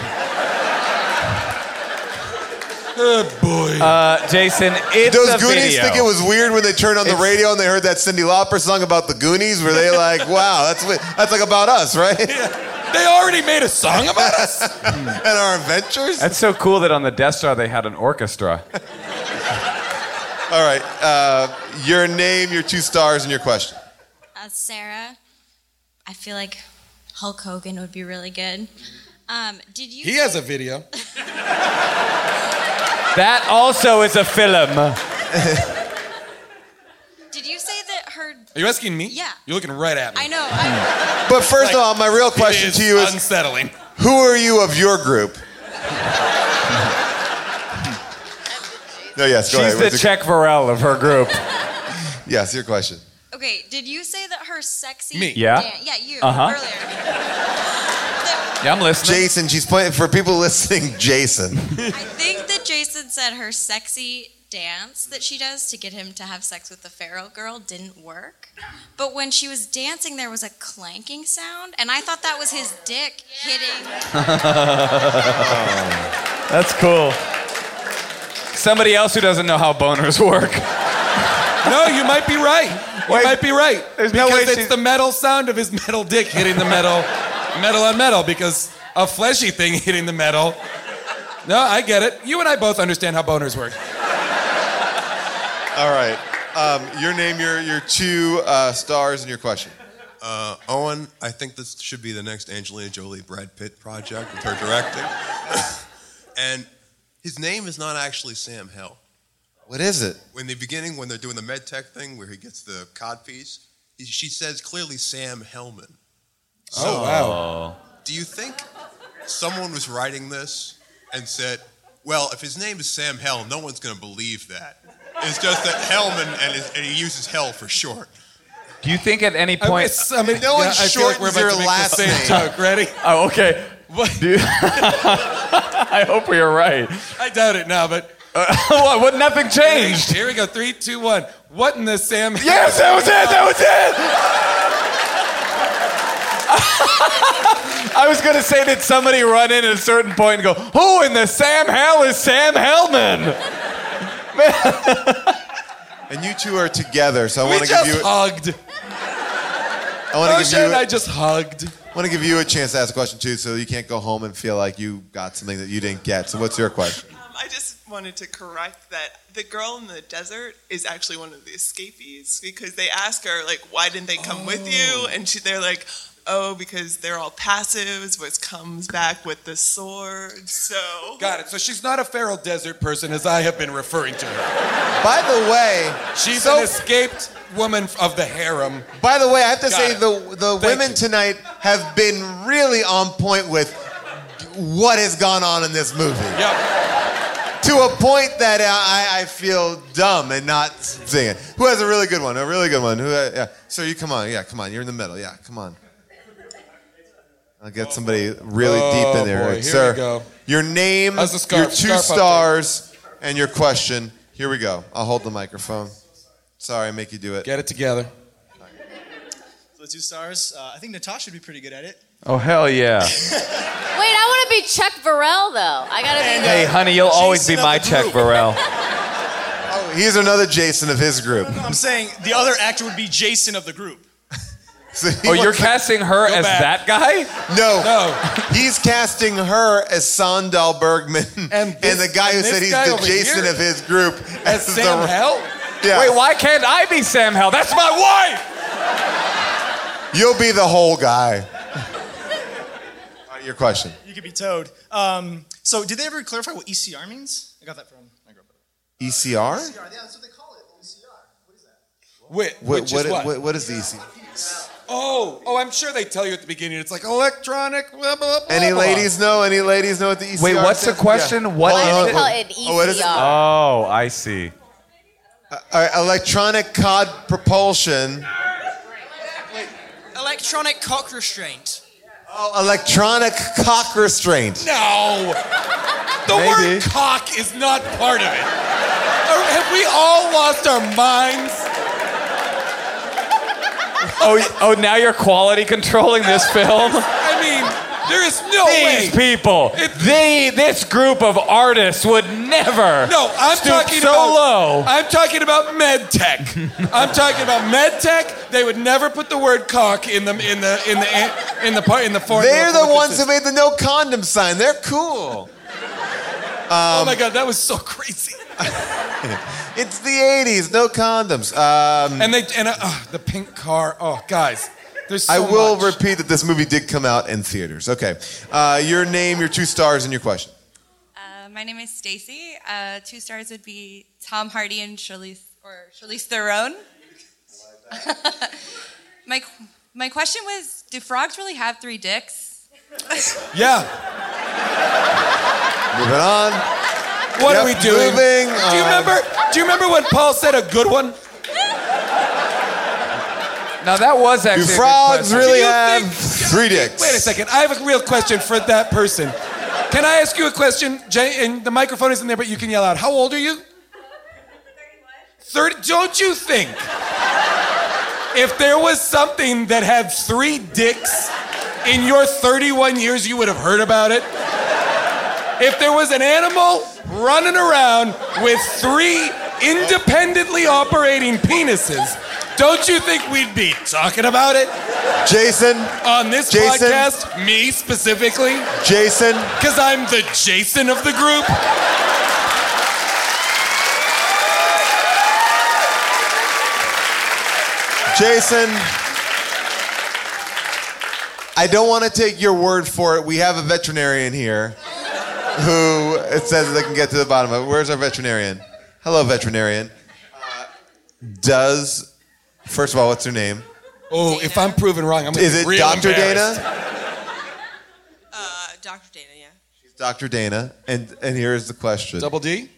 S5: oh boy,
S17: uh, Jason, it's
S3: Those
S17: a
S3: Goonies
S17: video.
S3: think it was weird when they turned on the
S17: It's-
S3: radio and they heard that Cindy Lauper song about the Goonies? Were they like, wow, that's what, that's like about us, right?
S5: They already made a song about us
S3: and our adventures?
S7: That's so cool that on the Death Star they had an orchestra.
S3: All right. Uh, your name, your two stars, and your question.
S25: Uh, Sarah, I feel like Hulk Hogan would be really good. Um, did you?
S5: he has a video.
S17: That also is a film.
S25: Did you say that her?
S5: Are you asking me?
S25: Yeah.
S5: You're looking right at me.
S25: I know. I,
S3: But first of all, my real question
S5: is
S3: to you is
S5: unsettling.
S3: Who are you of your group? no, yes, go
S7: She's
S3: ahead.
S7: the Czech Varel of her group.
S3: yes, your question.
S25: okay. Did you say that her sexy?
S3: Me.
S25: dan-
S3: Yeah.
S25: yeah, you
S3: Uh-huh.
S25: earlier.
S17: Yeah, I'm listening.
S3: Jason, she's playing for people listening. Jason,
S25: I think that Jason said her sexy dance that she does to get him to have sex with the feral girl didn't work. But when she was dancing, there was a clanking sound, and I thought that was his dick hitting.
S17: That's cool.
S7: Somebody else who doesn't know how boners work.
S5: No, you might be right. You might be right. There's
S7: no
S5: because
S7: way
S5: it's
S7: she's-
S5: the metal sound of his metal dick hitting the metal, metal on metal. Because a fleshy thing hitting the metal. No, I get it. You and I both understand how boners work.
S3: All right. Um, your name, your your two uh, stars, and your question.
S1: Uh, Owen, I think this should be the next Angelina Jolie Brad Pitt project with her directing. and his name is not actually Sam Hell.
S3: What is it?
S1: In the beginning, when they're doing the med tech thing where he gets the codpiece, he- she says clearly Sam Hellman.
S5: Oh, wow.
S1: Do you think someone was writing this and said, well, if his name is Sam Hell, no one's going to believe that. It's just that Hellman, and, his, and he uses Hell for short.
S7: Do you think at any
S1: I
S7: point?
S1: wish somebody- No one yeah, I feel like we're shortens about to your make the last same name. joke.
S5: Ready?
S7: Oh, okay. Do you- I hope we are right.
S5: I doubt it now, but.
S7: what? What? Nothing changed.
S5: Here we go. Three, two, one. What in the Sam?
S7: Yes, that was it. That was it. I was gonna say that somebody run in at a certain point and go, "Who in the Sam Hell is Sam Hellman?"
S3: And you two are together, so I
S5: We
S3: want to
S5: just
S3: give you.
S5: hugged.
S3: I want to give
S5: Moshe
S3: you.
S5: and I just hugged.
S3: I want to give you a chance to ask a question too, so you can't go home and feel like you got something that you didn't get. So, what's your question?
S20: Um, I just wanted to correct that the girl in the desert is actually one of the escapees because they ask her like, "Why didn't they come with you?" And she, they're like, "Oh, because they're all passives, which comes back with the sword." So
S5: Got it. So she's not a feral desert person, as I have been referring to her.
S3: By the way,
S5: She's an escaped woman of the harem.
S3: By the way, I have to
S5: Got
S3: say
S5: it.
S3: the the women tonight have been really on point with what has gone on in this movie. To a point that uh, I, I feel dumb and not singing. Who has a really good one? A really good one. Who? Uh, yeah. Sir, you come on. Yeah, come on. You're in the middle. Yeah, come on. I'll get somebody really deep in there,
S5: Oh, boy,
S3: All right,
S5: here
S3: sir.
S5: we go.
S3: Your name,
S5: How's the scarf?
S3: your two
S5: Scarf update.
S3: stars, and your question. Here we go. I'll hold the microphone. Sorry, I make you do it.
S5: Get it together.
S26: So the two stars. Uh, I think Natasha would be pretty good at it.
S7: Oh hell yeah.
S6: Wait, I want to be Chuck Varel though. I gotta be.
S7: Hey, honey, you'll always be my Czech Varel.
S3: oh, he's another Jason of his group.
S26: I'm saying the other actor would be Jason of the group.
S7: Oh, you're casting her
S3: Go
S7: as
S3: back.
S7: that guy?
S3: No. No. he's casting her as Sandal Bergman and, the guy who
S7: and
S3: said
S7: this
S3: he's
S7: guy
S3: the
S7: over
S3: Jason
S7: here
S3: of his group as, the, Yeah.
S7: Wait, why can't I be Sam Hell? That's my wife.
S3: You'll be the whole guy. All right, Your question.
S26: You could be Toad. Um, so did they ever clarify what ECR means? I got that from my girlfriend.
S3: E ECR?
S26: ECR, yeah, that's what they call it.
S5: Wait,
S3: What,
S5: which
S3: what,
S5: is what?
S3: what- what is E the ECR?
S5: Oh, oh, I'm sure they tell you at the beginning. It's like electronic. Blah, blah, blah,
S3: Any
S5: blah.
S3: ladies know? Any ladies know what the E ECR
S7: Wait, what's the
S3: stands for?
S7: question?
S3: Yeah.
S7: What
S3: Hold
S7: is
S3: on,
S7: it?
S3: hold on. Oh, what is it?
S7: Oh, I see.
S3: All right, electronic cod propulsion.
S2: Electronic cock restraint.
S3: Oh, electronic cock restraint.
S5: No! The
S3: Maybe.
S5: word cock is not part of it. Are- have we all lost our minds?
S17: Oh, oh, now you're quality controlling this film?
S5: I mean, there is no
S17: These
S5: way.
S17: people, they, this group of artists would never.
S5: No, I'm
S17: stoop
S5: talking
S17: so
S5: about.
S17: low.
S5: I'm talking about med tech. I'm talking about med tech. They would never put the word cock in the in the in the in the part in the formula.
S3: They're
S5: for
S3: the ones
S5: consist-
S3: who made the no condom sign. They're cool.
S5: oh
S3: Um,
S5: my god, that was so crazy.
S3: it's the 80s, no condoms. Um,
S5: And they and uh, oh, the pink car. Oh, guys, there's. So
S3: I will
S5: Much.
S3: repeat that this movie did come out in theaters. Okay. Uh, your name, your two stars, and your question.
S4: Uh, my name is Stacy. Uh, two stars would be Tom Hardy and Charlize or Charlize Theron. my qu- my question was: Do frogs really have three dicks?
S5: Yeah.
S3: Moving on.
S5: What
S3: Yep,
S5: are we doing?
S3: moving
S5: do you
S3: on.
S5: remember? Do you remember when Paul said a good one?
S7: Now that was
S3: Do
S7: actually. a good
S3: frogs
S7: question.
S3: really have three dicks?
S5: Wait a second. I have a real question for that person. Can I ask you a question? Jay, and the microphone isn't there, but you can yell out. How old are you? 30. Don't you think if there was something that had three dicks in your 31 years, you would have heard about it? If there was an animal running around with three independently operating penises, don't you think we'd be talking about it?
S3: Jason.
S5: On this
S3: Jason.
S5: podcast, me specifically,
S3: Jason.
S5: because I'm the Jason of the group.
S3: Jason, I don't want to take your word for it. We have a veterinarian here who it says they can get to the bottom of it. Where's our veterinarian? Hello, veterinarian. Uh, does, first of all, what's her name?
S5: Oh, if I'm proven wrong, I'm gonna
S3: Is
S5: be
S3: it
S5: real
S3: Dr.
S5: embarrassed.
S3: Dana? She's Dr. Dana. And, and here is the question
S5: Double D?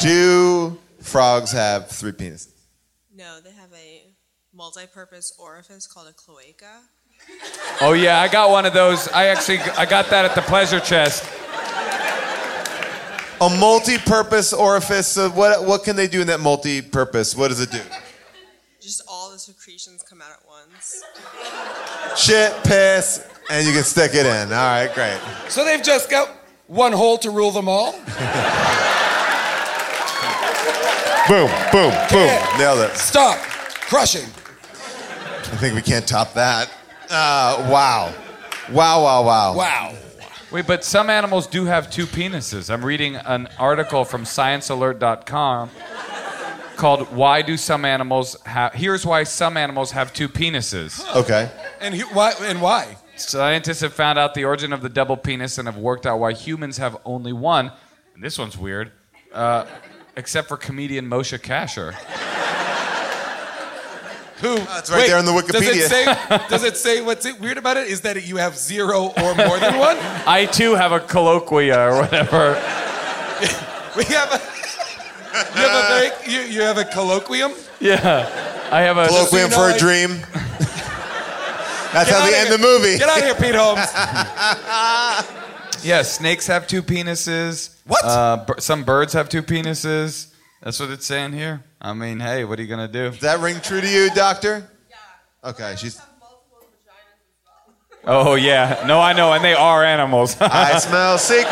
S3: Do frogs have three penises?
S20: No, they have a multi-purpose orifice called a cloaca.
S7: Oh yeah, I got one of those. I actually I got that at the pleasure chest.
S3: A multi-purpose orifice. So what what can they do in that multi-purpose? What does it do?
S20: Just all the secretions come out at once.
S3: Shit, piss, and you can stick it in. All right, great.
S5: So they've just got one hole to rule them all?
S3: Boom, boom, boom. Nailed it.
S5: Stop. Crushing.
S3: I think we can't top that. Uh, wow. Wow, wow, wow.
S5: Wow.
S7: Wait, but some animals do have two penises. I'm reading an article from ScienceAlert.com called "Why Do Some Animals Have?" Here's why some animals have two penises.
S3: Okay.
S5: And who, why? And why?
S7: Scientists have found out the origin of the double penis and have worked out why humans have only one. And this one's weird, uh, except for comedian Moshe Kasher.
S5: Who?
S3: it's right there on the
S5: Does it
S3: Wikipedia.
S5: say, does it say what's it weird about it is that you have zero or more than one?
S7: I too have a colloquia or whatever.
S5: We have a. You have a very, you, you have a colloquium.
S7: Yeah, I have a
S3: Colloquium for a dream. That's
S5: Get
S3: how they
S5: outta
S3: end
S5: here.
S3: the movie.
S5: Get out of here, Pete Holmes.
S7: Yeah, snakes have two penises.
S5: What?
S7: Uh, b- some birds have two penises. That's what it's saying here. I mean, hey, what are you gonna do? Does
S3: that ring true to you, doctor? Okay, she's.
S7: Oh yeah, no, I know, and they are animals.
S3: I smell sequel.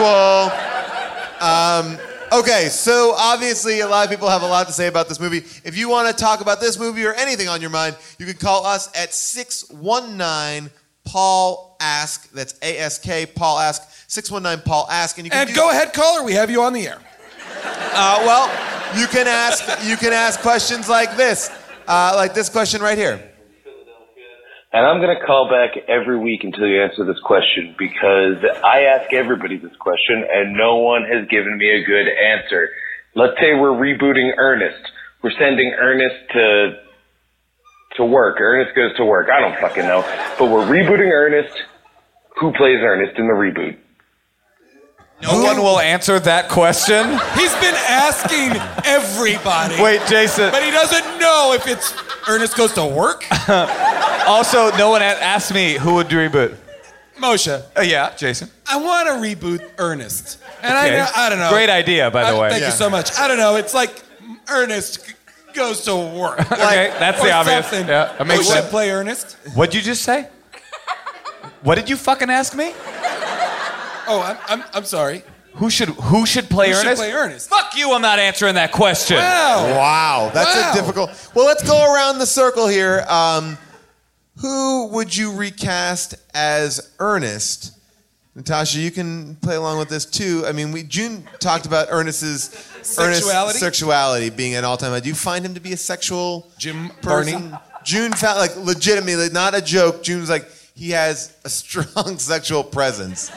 S3: Um, okay, so obviously a lot of people have a lot to say about this movie. If you want to talk about this movie or anything on your mind, you can call us at 619 Paul Ask. That's A S K Paul Ask. 619 Paul Ask. And you can
S5: And
S3: do-
S5: go ahead, caller. We have you on the air.
S3: Uh, well, you can ask you can ask questions like this. Uh, like this question right here.
S9: And I'm going to call back every week until you answer this question because I ask everybody this question and no one has given me a good answer. Let's say we're rebooting Ernest. We're sending Ernest to Uh, to work. Ernest goes to work. I don't fucking know. But we're rebooting Ernest. Who plays Ernest in the reboot?
S7: No one will answer that question.
S5: He's been asking everybody.
S7: Wait, Jason.
S5: But he doesn't know if it's Ernest goes to work.
S7: also, no one a- asked me who would reboot.
S5: Moshe,
S7: Uh, yeah, Jason.
S5: I want to reboot Ernest, and
S7: Okay.
S5: I know, I don't know.
S7: Great idea, by the
S5: I-
S7: way.
S5: Thank
S7: Yeah.
S5: you so much. I don't know. It's like Ernest g- goes to work.
S7: okay, that's the
S5: or
S7: obvious.
S5: something.
S7: Yeah, that makes
S5: Moshe
S7: sense.
S5: play Ernest.
S7: What'd you just say? What did you fucking ask me?
S5: Oh, I'm, I'm, I'm sorry.
S7: Who should who should play
S5: Who should
S7: Ernest?
S5: play Ernest?
S7: Fuck you! I'm not answering that question.
S3: Wow, that's a difficult. Well, let's go around the circle here. Um, who would you recast as Ernest? Natasha, you can play along with this too. I mean, we June talked about Ernest's
S5: Sexuality?
S3: Ernest's sexuality being an all-time. Do you find him to be a sexual
S5: Jim
S3: person?
S5: Barney?
S3: June found like legitimately not a joke. June's like he has a strong sexual presence.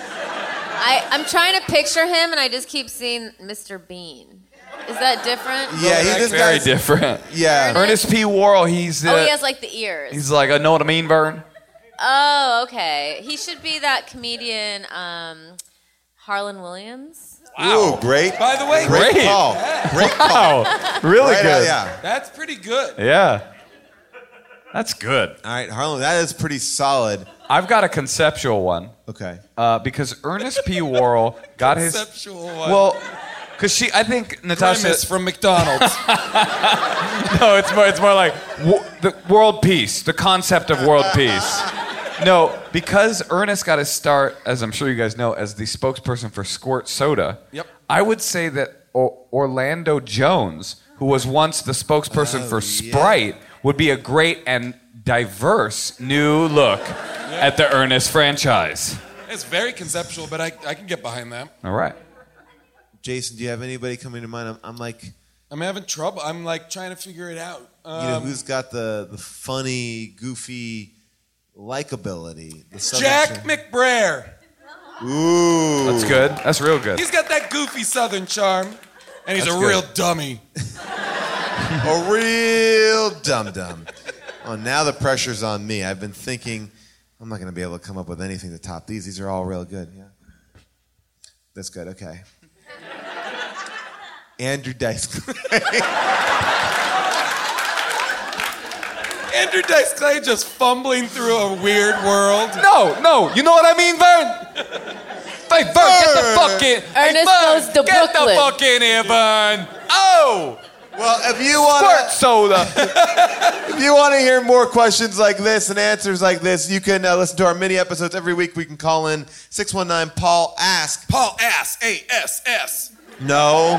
S6: I, I'm trying to picture him, and I just keep seeing Mr. Bean. Is that different?
S7: Yeah,
S3: he- this
S7: very
S3: guy's-
S7: different.
S3: Yeah.
S7: Ernest P. Worrell. He's uh,
S6: oh, he has like the ears.
S7: he's like I know what I mean, Vern.
S6: Oh, okay. He should be that comedian, um, Harlan Williams.
S3: Ooh, great.
S5: By the way,
S3: great,
S7: Great.
S3: call. Great call.
S7: Wow, really
S3: Right out,
S7: good.
S3: yeah.
S5: That's pretty good.
S7: Yeah. That's good.
S3: All right, Harlan, that is pretty solid.
S7: I've got a conceptual one.
S3: Okay.
S7: Uh, because Ernest P. Worrell got his
S5: Conceptual one.
S7: Well, because she, I think Natasha
S5: Grimace from McDonald's.
S7: no, it's more, it's more like wo- the world peace, the concept of world peace. No, because Ernest got his start, as I'm sure you guys know, as the spokesperson for Squirt Soda.
S5: Yep.
S7: I would say that o- Orlando Jones, who was once the spokesperson for Sprite, would be a great and diverse new look at the Ernest franchise.
S5: It's very conceptual, but I, I can get behind that.
S7: All right.
S3: Jason, do you have anybody coming to mind? I'm, I'm like, you
S5: I'm having trouble. I'm like trying to figure it out. Um,
S3: know, who's got the, the funny, goofy likability? The Southern
S5: Jack
S3: charm?
S5: McBrayer.
S3: Ooh.
S7: That's good. That's real good.
S5: He's got that goofy Southern charm, and he's
S3: That's
S5: a
S3: good.
S5: real dummy.
S3: A real dum dum. Oh, now the pressure's on me. I've been thinking, I'm not going to be able to come up with anything to top these. These are all real good. Yeah. That's good. Okay. Andrew Dice Clay.
S5: Andrew Dice Clay just fumbling through a weird world.
S7: No, no, you know what I mean, Vern? Hey, Vern, get the fuck in. hey,
S6: Ernest
S7: Vern,
S6: goes to
S7: get
S6: Brooklyn.
S7: the fuck in here, Vern. Oh!
S3: Well, if you want
S7: Squirt soda.
S3: If you want to hear more questions like this and answers like this, you can uh, listen to our mini episodes every week. We can call in 619 Paul Ask.
S5: Paul Ass, A S S.
S3: No.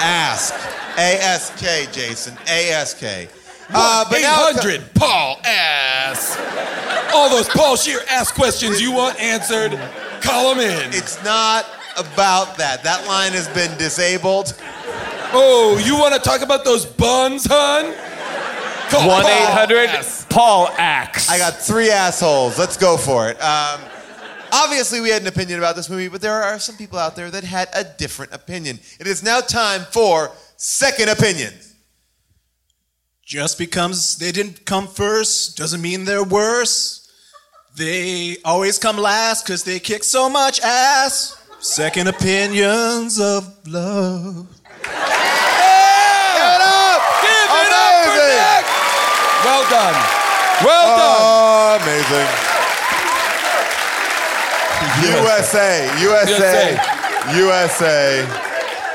S3: ask. ASK, Jason. ASK. Uh, but now,
S5: 800 Paul Ass. All those Paul Shear ass questions you want answered, call them in.
S3: it's not about that. That line has been disabled.
S5: Oh, you want to talk about those buns, hun? Call
S7: 1
S5: Paul
S7: 800
S5: Ass.
S7: Paul Axe.
S3: I got three assholes. Let's go for it. Um, obviously, we had an opinion about this movie, but there are some people out there that had a different opinion. It is now time for Second Opinions.
S23: Just because they didn't come first doesn't mean they're worse. They always come last because they kick so much ass. Second opinions of love.
S3: Give it up!
S5: Give it up for Nick! Well done. Well done.
S3: Amazing. USA, USA, USA.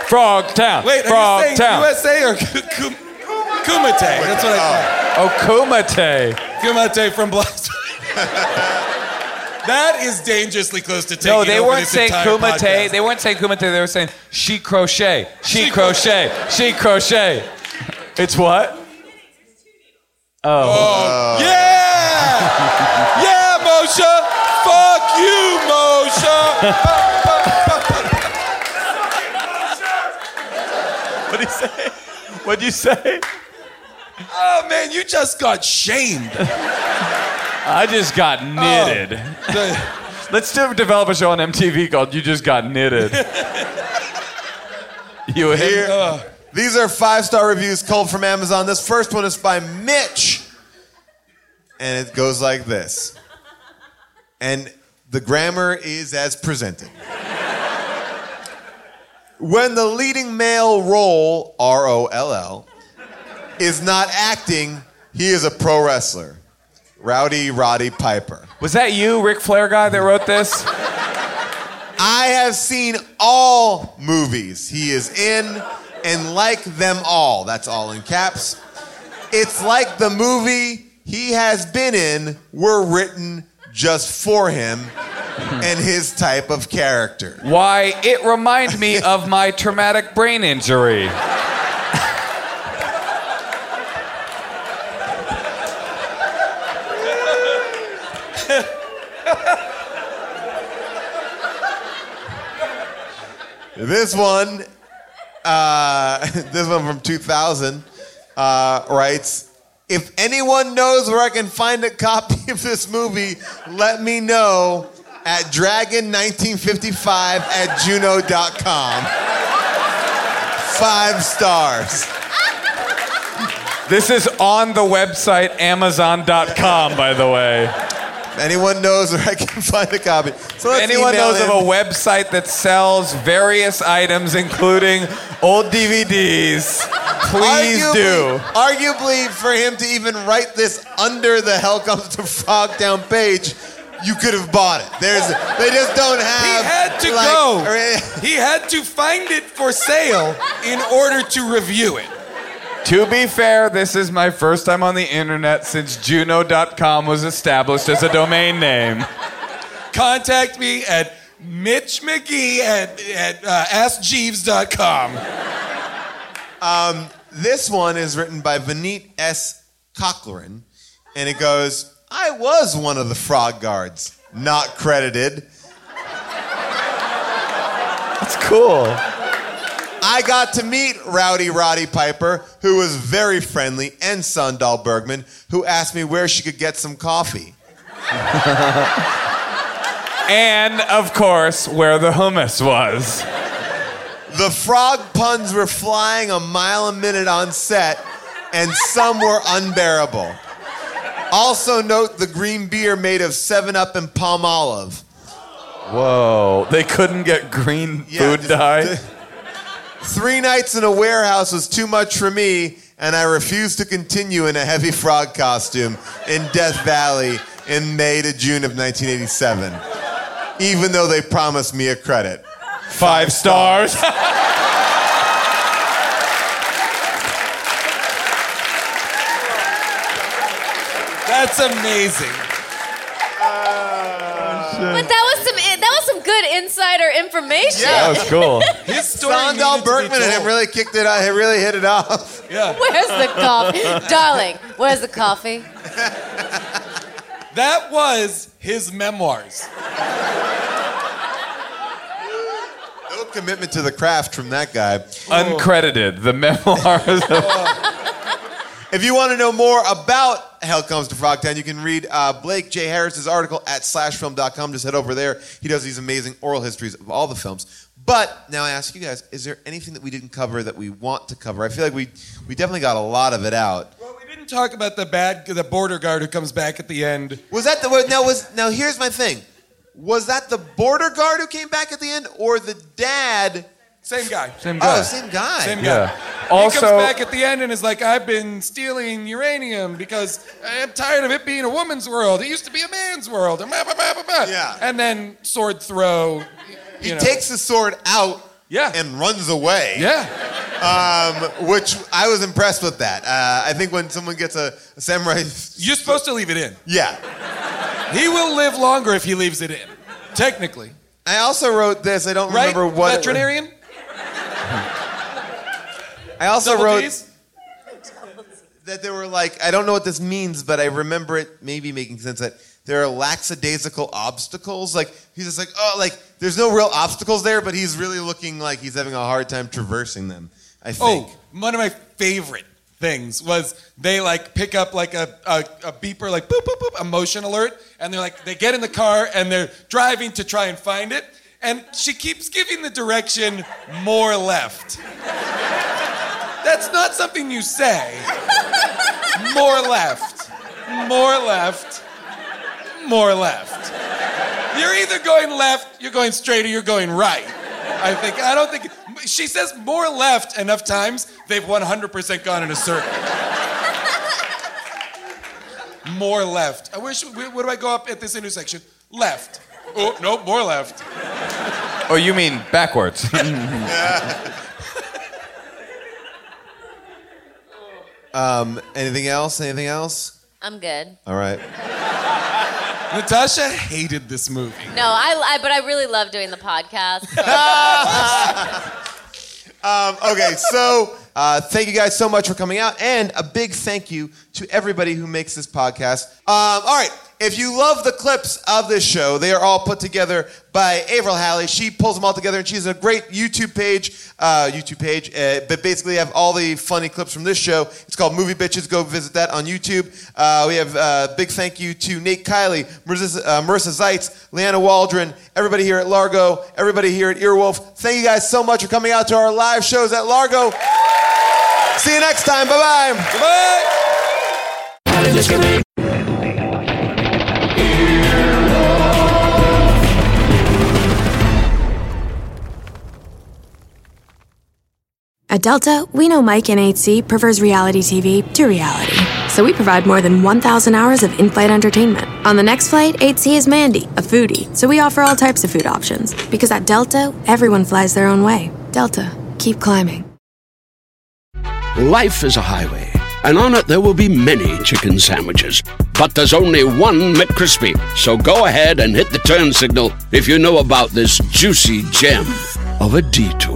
S7: Frog Town.
S5: Wait, are
S7: Frog
S5: you saying
S7: Town.
S5: USA or Kum- Kumite? That's what I
S7: Oh, Kumite.
S5: thought. Kumite from Blast. that is dangerously close to taking
S7: No, they
S5: over
S7: weren't
S5: this
S7: saying
S5: entire
S7: Kumite.
S5: podcast.
S7: They weren't saying Kumite. They were saying she crochet. She crochet. She crochet. It's what? Oh.
S5: Yeah! yeah, Moshe! Fuck you, Moshe!
S7: What'd you say? What'd you say?
S5: Oh man, you just got shamed. Oh.
S7: I just got knitted.
S5: The-
S7: Let's do, develop a show on MTV called "You Just Got Knitted." you
S3: Here,
S7: hear?
S5: uh,
S3: these are five star reviews culled from Amazon. This first one is by Mitch. And it goes like this. And the grammar is as presented. When the leading male role, R O L L, is not acting, he is a pro wrestler. Rowdy Roddy Piper.
S7: Was that you, Ric Flair guy, that wrote this?
S3: I have seen all movies he is in and like them all. That's all in caps. It's like the movie he has been in were written just for him and his type of character.
S7: Why, it reminded me of my traumatic brain injury.
S3: This one, uh, this one from 2000, uh, writes If anyone knows where I can find a copy of this movie, let me know at dragon1955 at juno.com. Five stars.
S7: This is on the website Amazon.com, by the way.
S3: Anyone knows where I can find a copy. So let's
S7: Anyone
S3: email
S7: knows of
S3: in.
S7: a website that sells various items, including old DVDs, please do.
S3: Arguably, for him to even write this under the Hell Comes to Frog Down page, you could have bought it. There's, they just don't have.
S5: He had to
S3: like, eh.
S5: go. he had to find it for sale in order to review it.
S7: To be fair, this is my first time on the internet since Juno.com was established as a domain name.
S5: Contact me at Mitch McGee at, at uh, AskJeeves.com.
S3: Um, this one is written by Vineet S. Cochran, and it goes, I was one of the frog guards, not credited. That's cool. I got to meet Rowdy Roddy Piper, who was very friendly, and Sundal Bergman, who asked me where she could get some coffee.
S7: and, of course, where the hummus was.
S3: The frog puns were flying a mile a minute on set, and some were unbearable. Also, note the green beer made of 7 Up and palm olive.
S7: Whoa, they couldn't get green food dye?
S3: Three nights in a warehouse was too much for me, and I refused to continue in a heavy frog costume in Death Valley in May to June of 1987, even though they promised me a credit.
S7: Five stars.
S5: That's amazing.
S6: But that was some that was some good insider information.
S3: His story Sandal Bergman and him really kicked it out. He really hit it off.
S5: Yeah.
S6: Where's the coffee, darling? Where's the coffee?
S5: That was his memoirs.
S3: No commitment to the craft from that guy.
S7: Uncredited, the memoirs of.
S3: If you want to know more about Hell Comes to Frogtown, you can read uh, Blake J. Harris's article at slashfilm.com. Just head over there. He does these amazing oral histories of all the films. But now I ask you guys, is there anything that we didn't cover that we want to cover? I feel like we, we definitely got a lot of it out.
S5: We didn't talk about the bad, the border guard who comes back at the end.
S3: Was that the word? Now, was, now here's my thing. Was that the border guard who came back at the end or the dad?
S5: Same guy.
S7: Same guy.
S3: Oh, same guy.
S5: Same guy.
S7: Yeah.
S5: he comes
S7: Also-
S5: back at the end and is like, "I've been stealing uranium because I'm tired of it being a woman's world. It used to be a man's world." Yeah. And then sword throw.
S3: He takes the sword out and runs away. Yeah. Um, which I was impressed with that. Uh, I think when someone gets a, a samurai.
S5: You're supposed to leave it in.
S3: Yeah.
S5: He will live longer if he leaves it in, technically.
S3: I also wrote this. I don't
S5: Right?
S3: remember what. it-
S5: Veterinarian?
S3: I also
S5: Double
S3: wrote
S5: Ds?
S3: that there were like, I don't know what this means, but I remember it maybe making sense that there are lackadaisical obstacles. Like, he's just like, oh, like, there's no real obstacles there, but he's really looking like he's having a hard time traversing them, I think.
S5: Oh, one of my favorite things was they like pick up like a, a, a beeper, like boop, boop, boop, emotion alert. And they're like, they get in the car and they're driving to try and find it. And she keeps giving the direction more left. That's not something you say. More left, more left, more left. You're either going left, you're going straight, or you're going right. I think I don't think she says more left enough times they've 100% gone in a circle. more left. I wish. wh- Where do I go up at this intersection? Left. Oh no, more left.
S7: Oh, you mean backwards?
S3: Um, anything else? Anything else?
S6: I'm good.
S3: All right.
S5: Natasha hated this movie.
S6: No, I, I but I really love doing the podcast.
S7: Ah.
S3: Um, okay, so uh, thank you guys so much for coming out, and a big thank you to everybody who makes this podcast. Um, all right, if you love the clips of this show, they are all put together by Avril Halley. She pulls them all together, and she has a great YouTube page. Uh, YouTube page, uh, but basically have all the funny clips from this show. It's called Movie Bitches. Go visit that on YouTube. Uh, we have uh, big thank you to Nate Kiley, Marissa, uh, Marissa Zeitz, Leanna Waldron, everybody here at Largo, everybody here at Earwolf. Thank you guys so much for coming out to our live shows at Largo. See you next time. Bye bye. Bye.
S15: At Delta, we know Mike in 8C prefers reality TV to reality. So we provide more than 1,000 hours of in flight entertainment. On the next flight, 8C is Mandy, a foodie. So we offer all types of food options. Because at Delta, everyone flies their own way. Delta, keep climbing.
S8: Life is a highway, and on it there will be many chicken sandwiches. But there's only one McCrispy. So go ahead and hit the turn signal if you know about this juicy gem of a detour.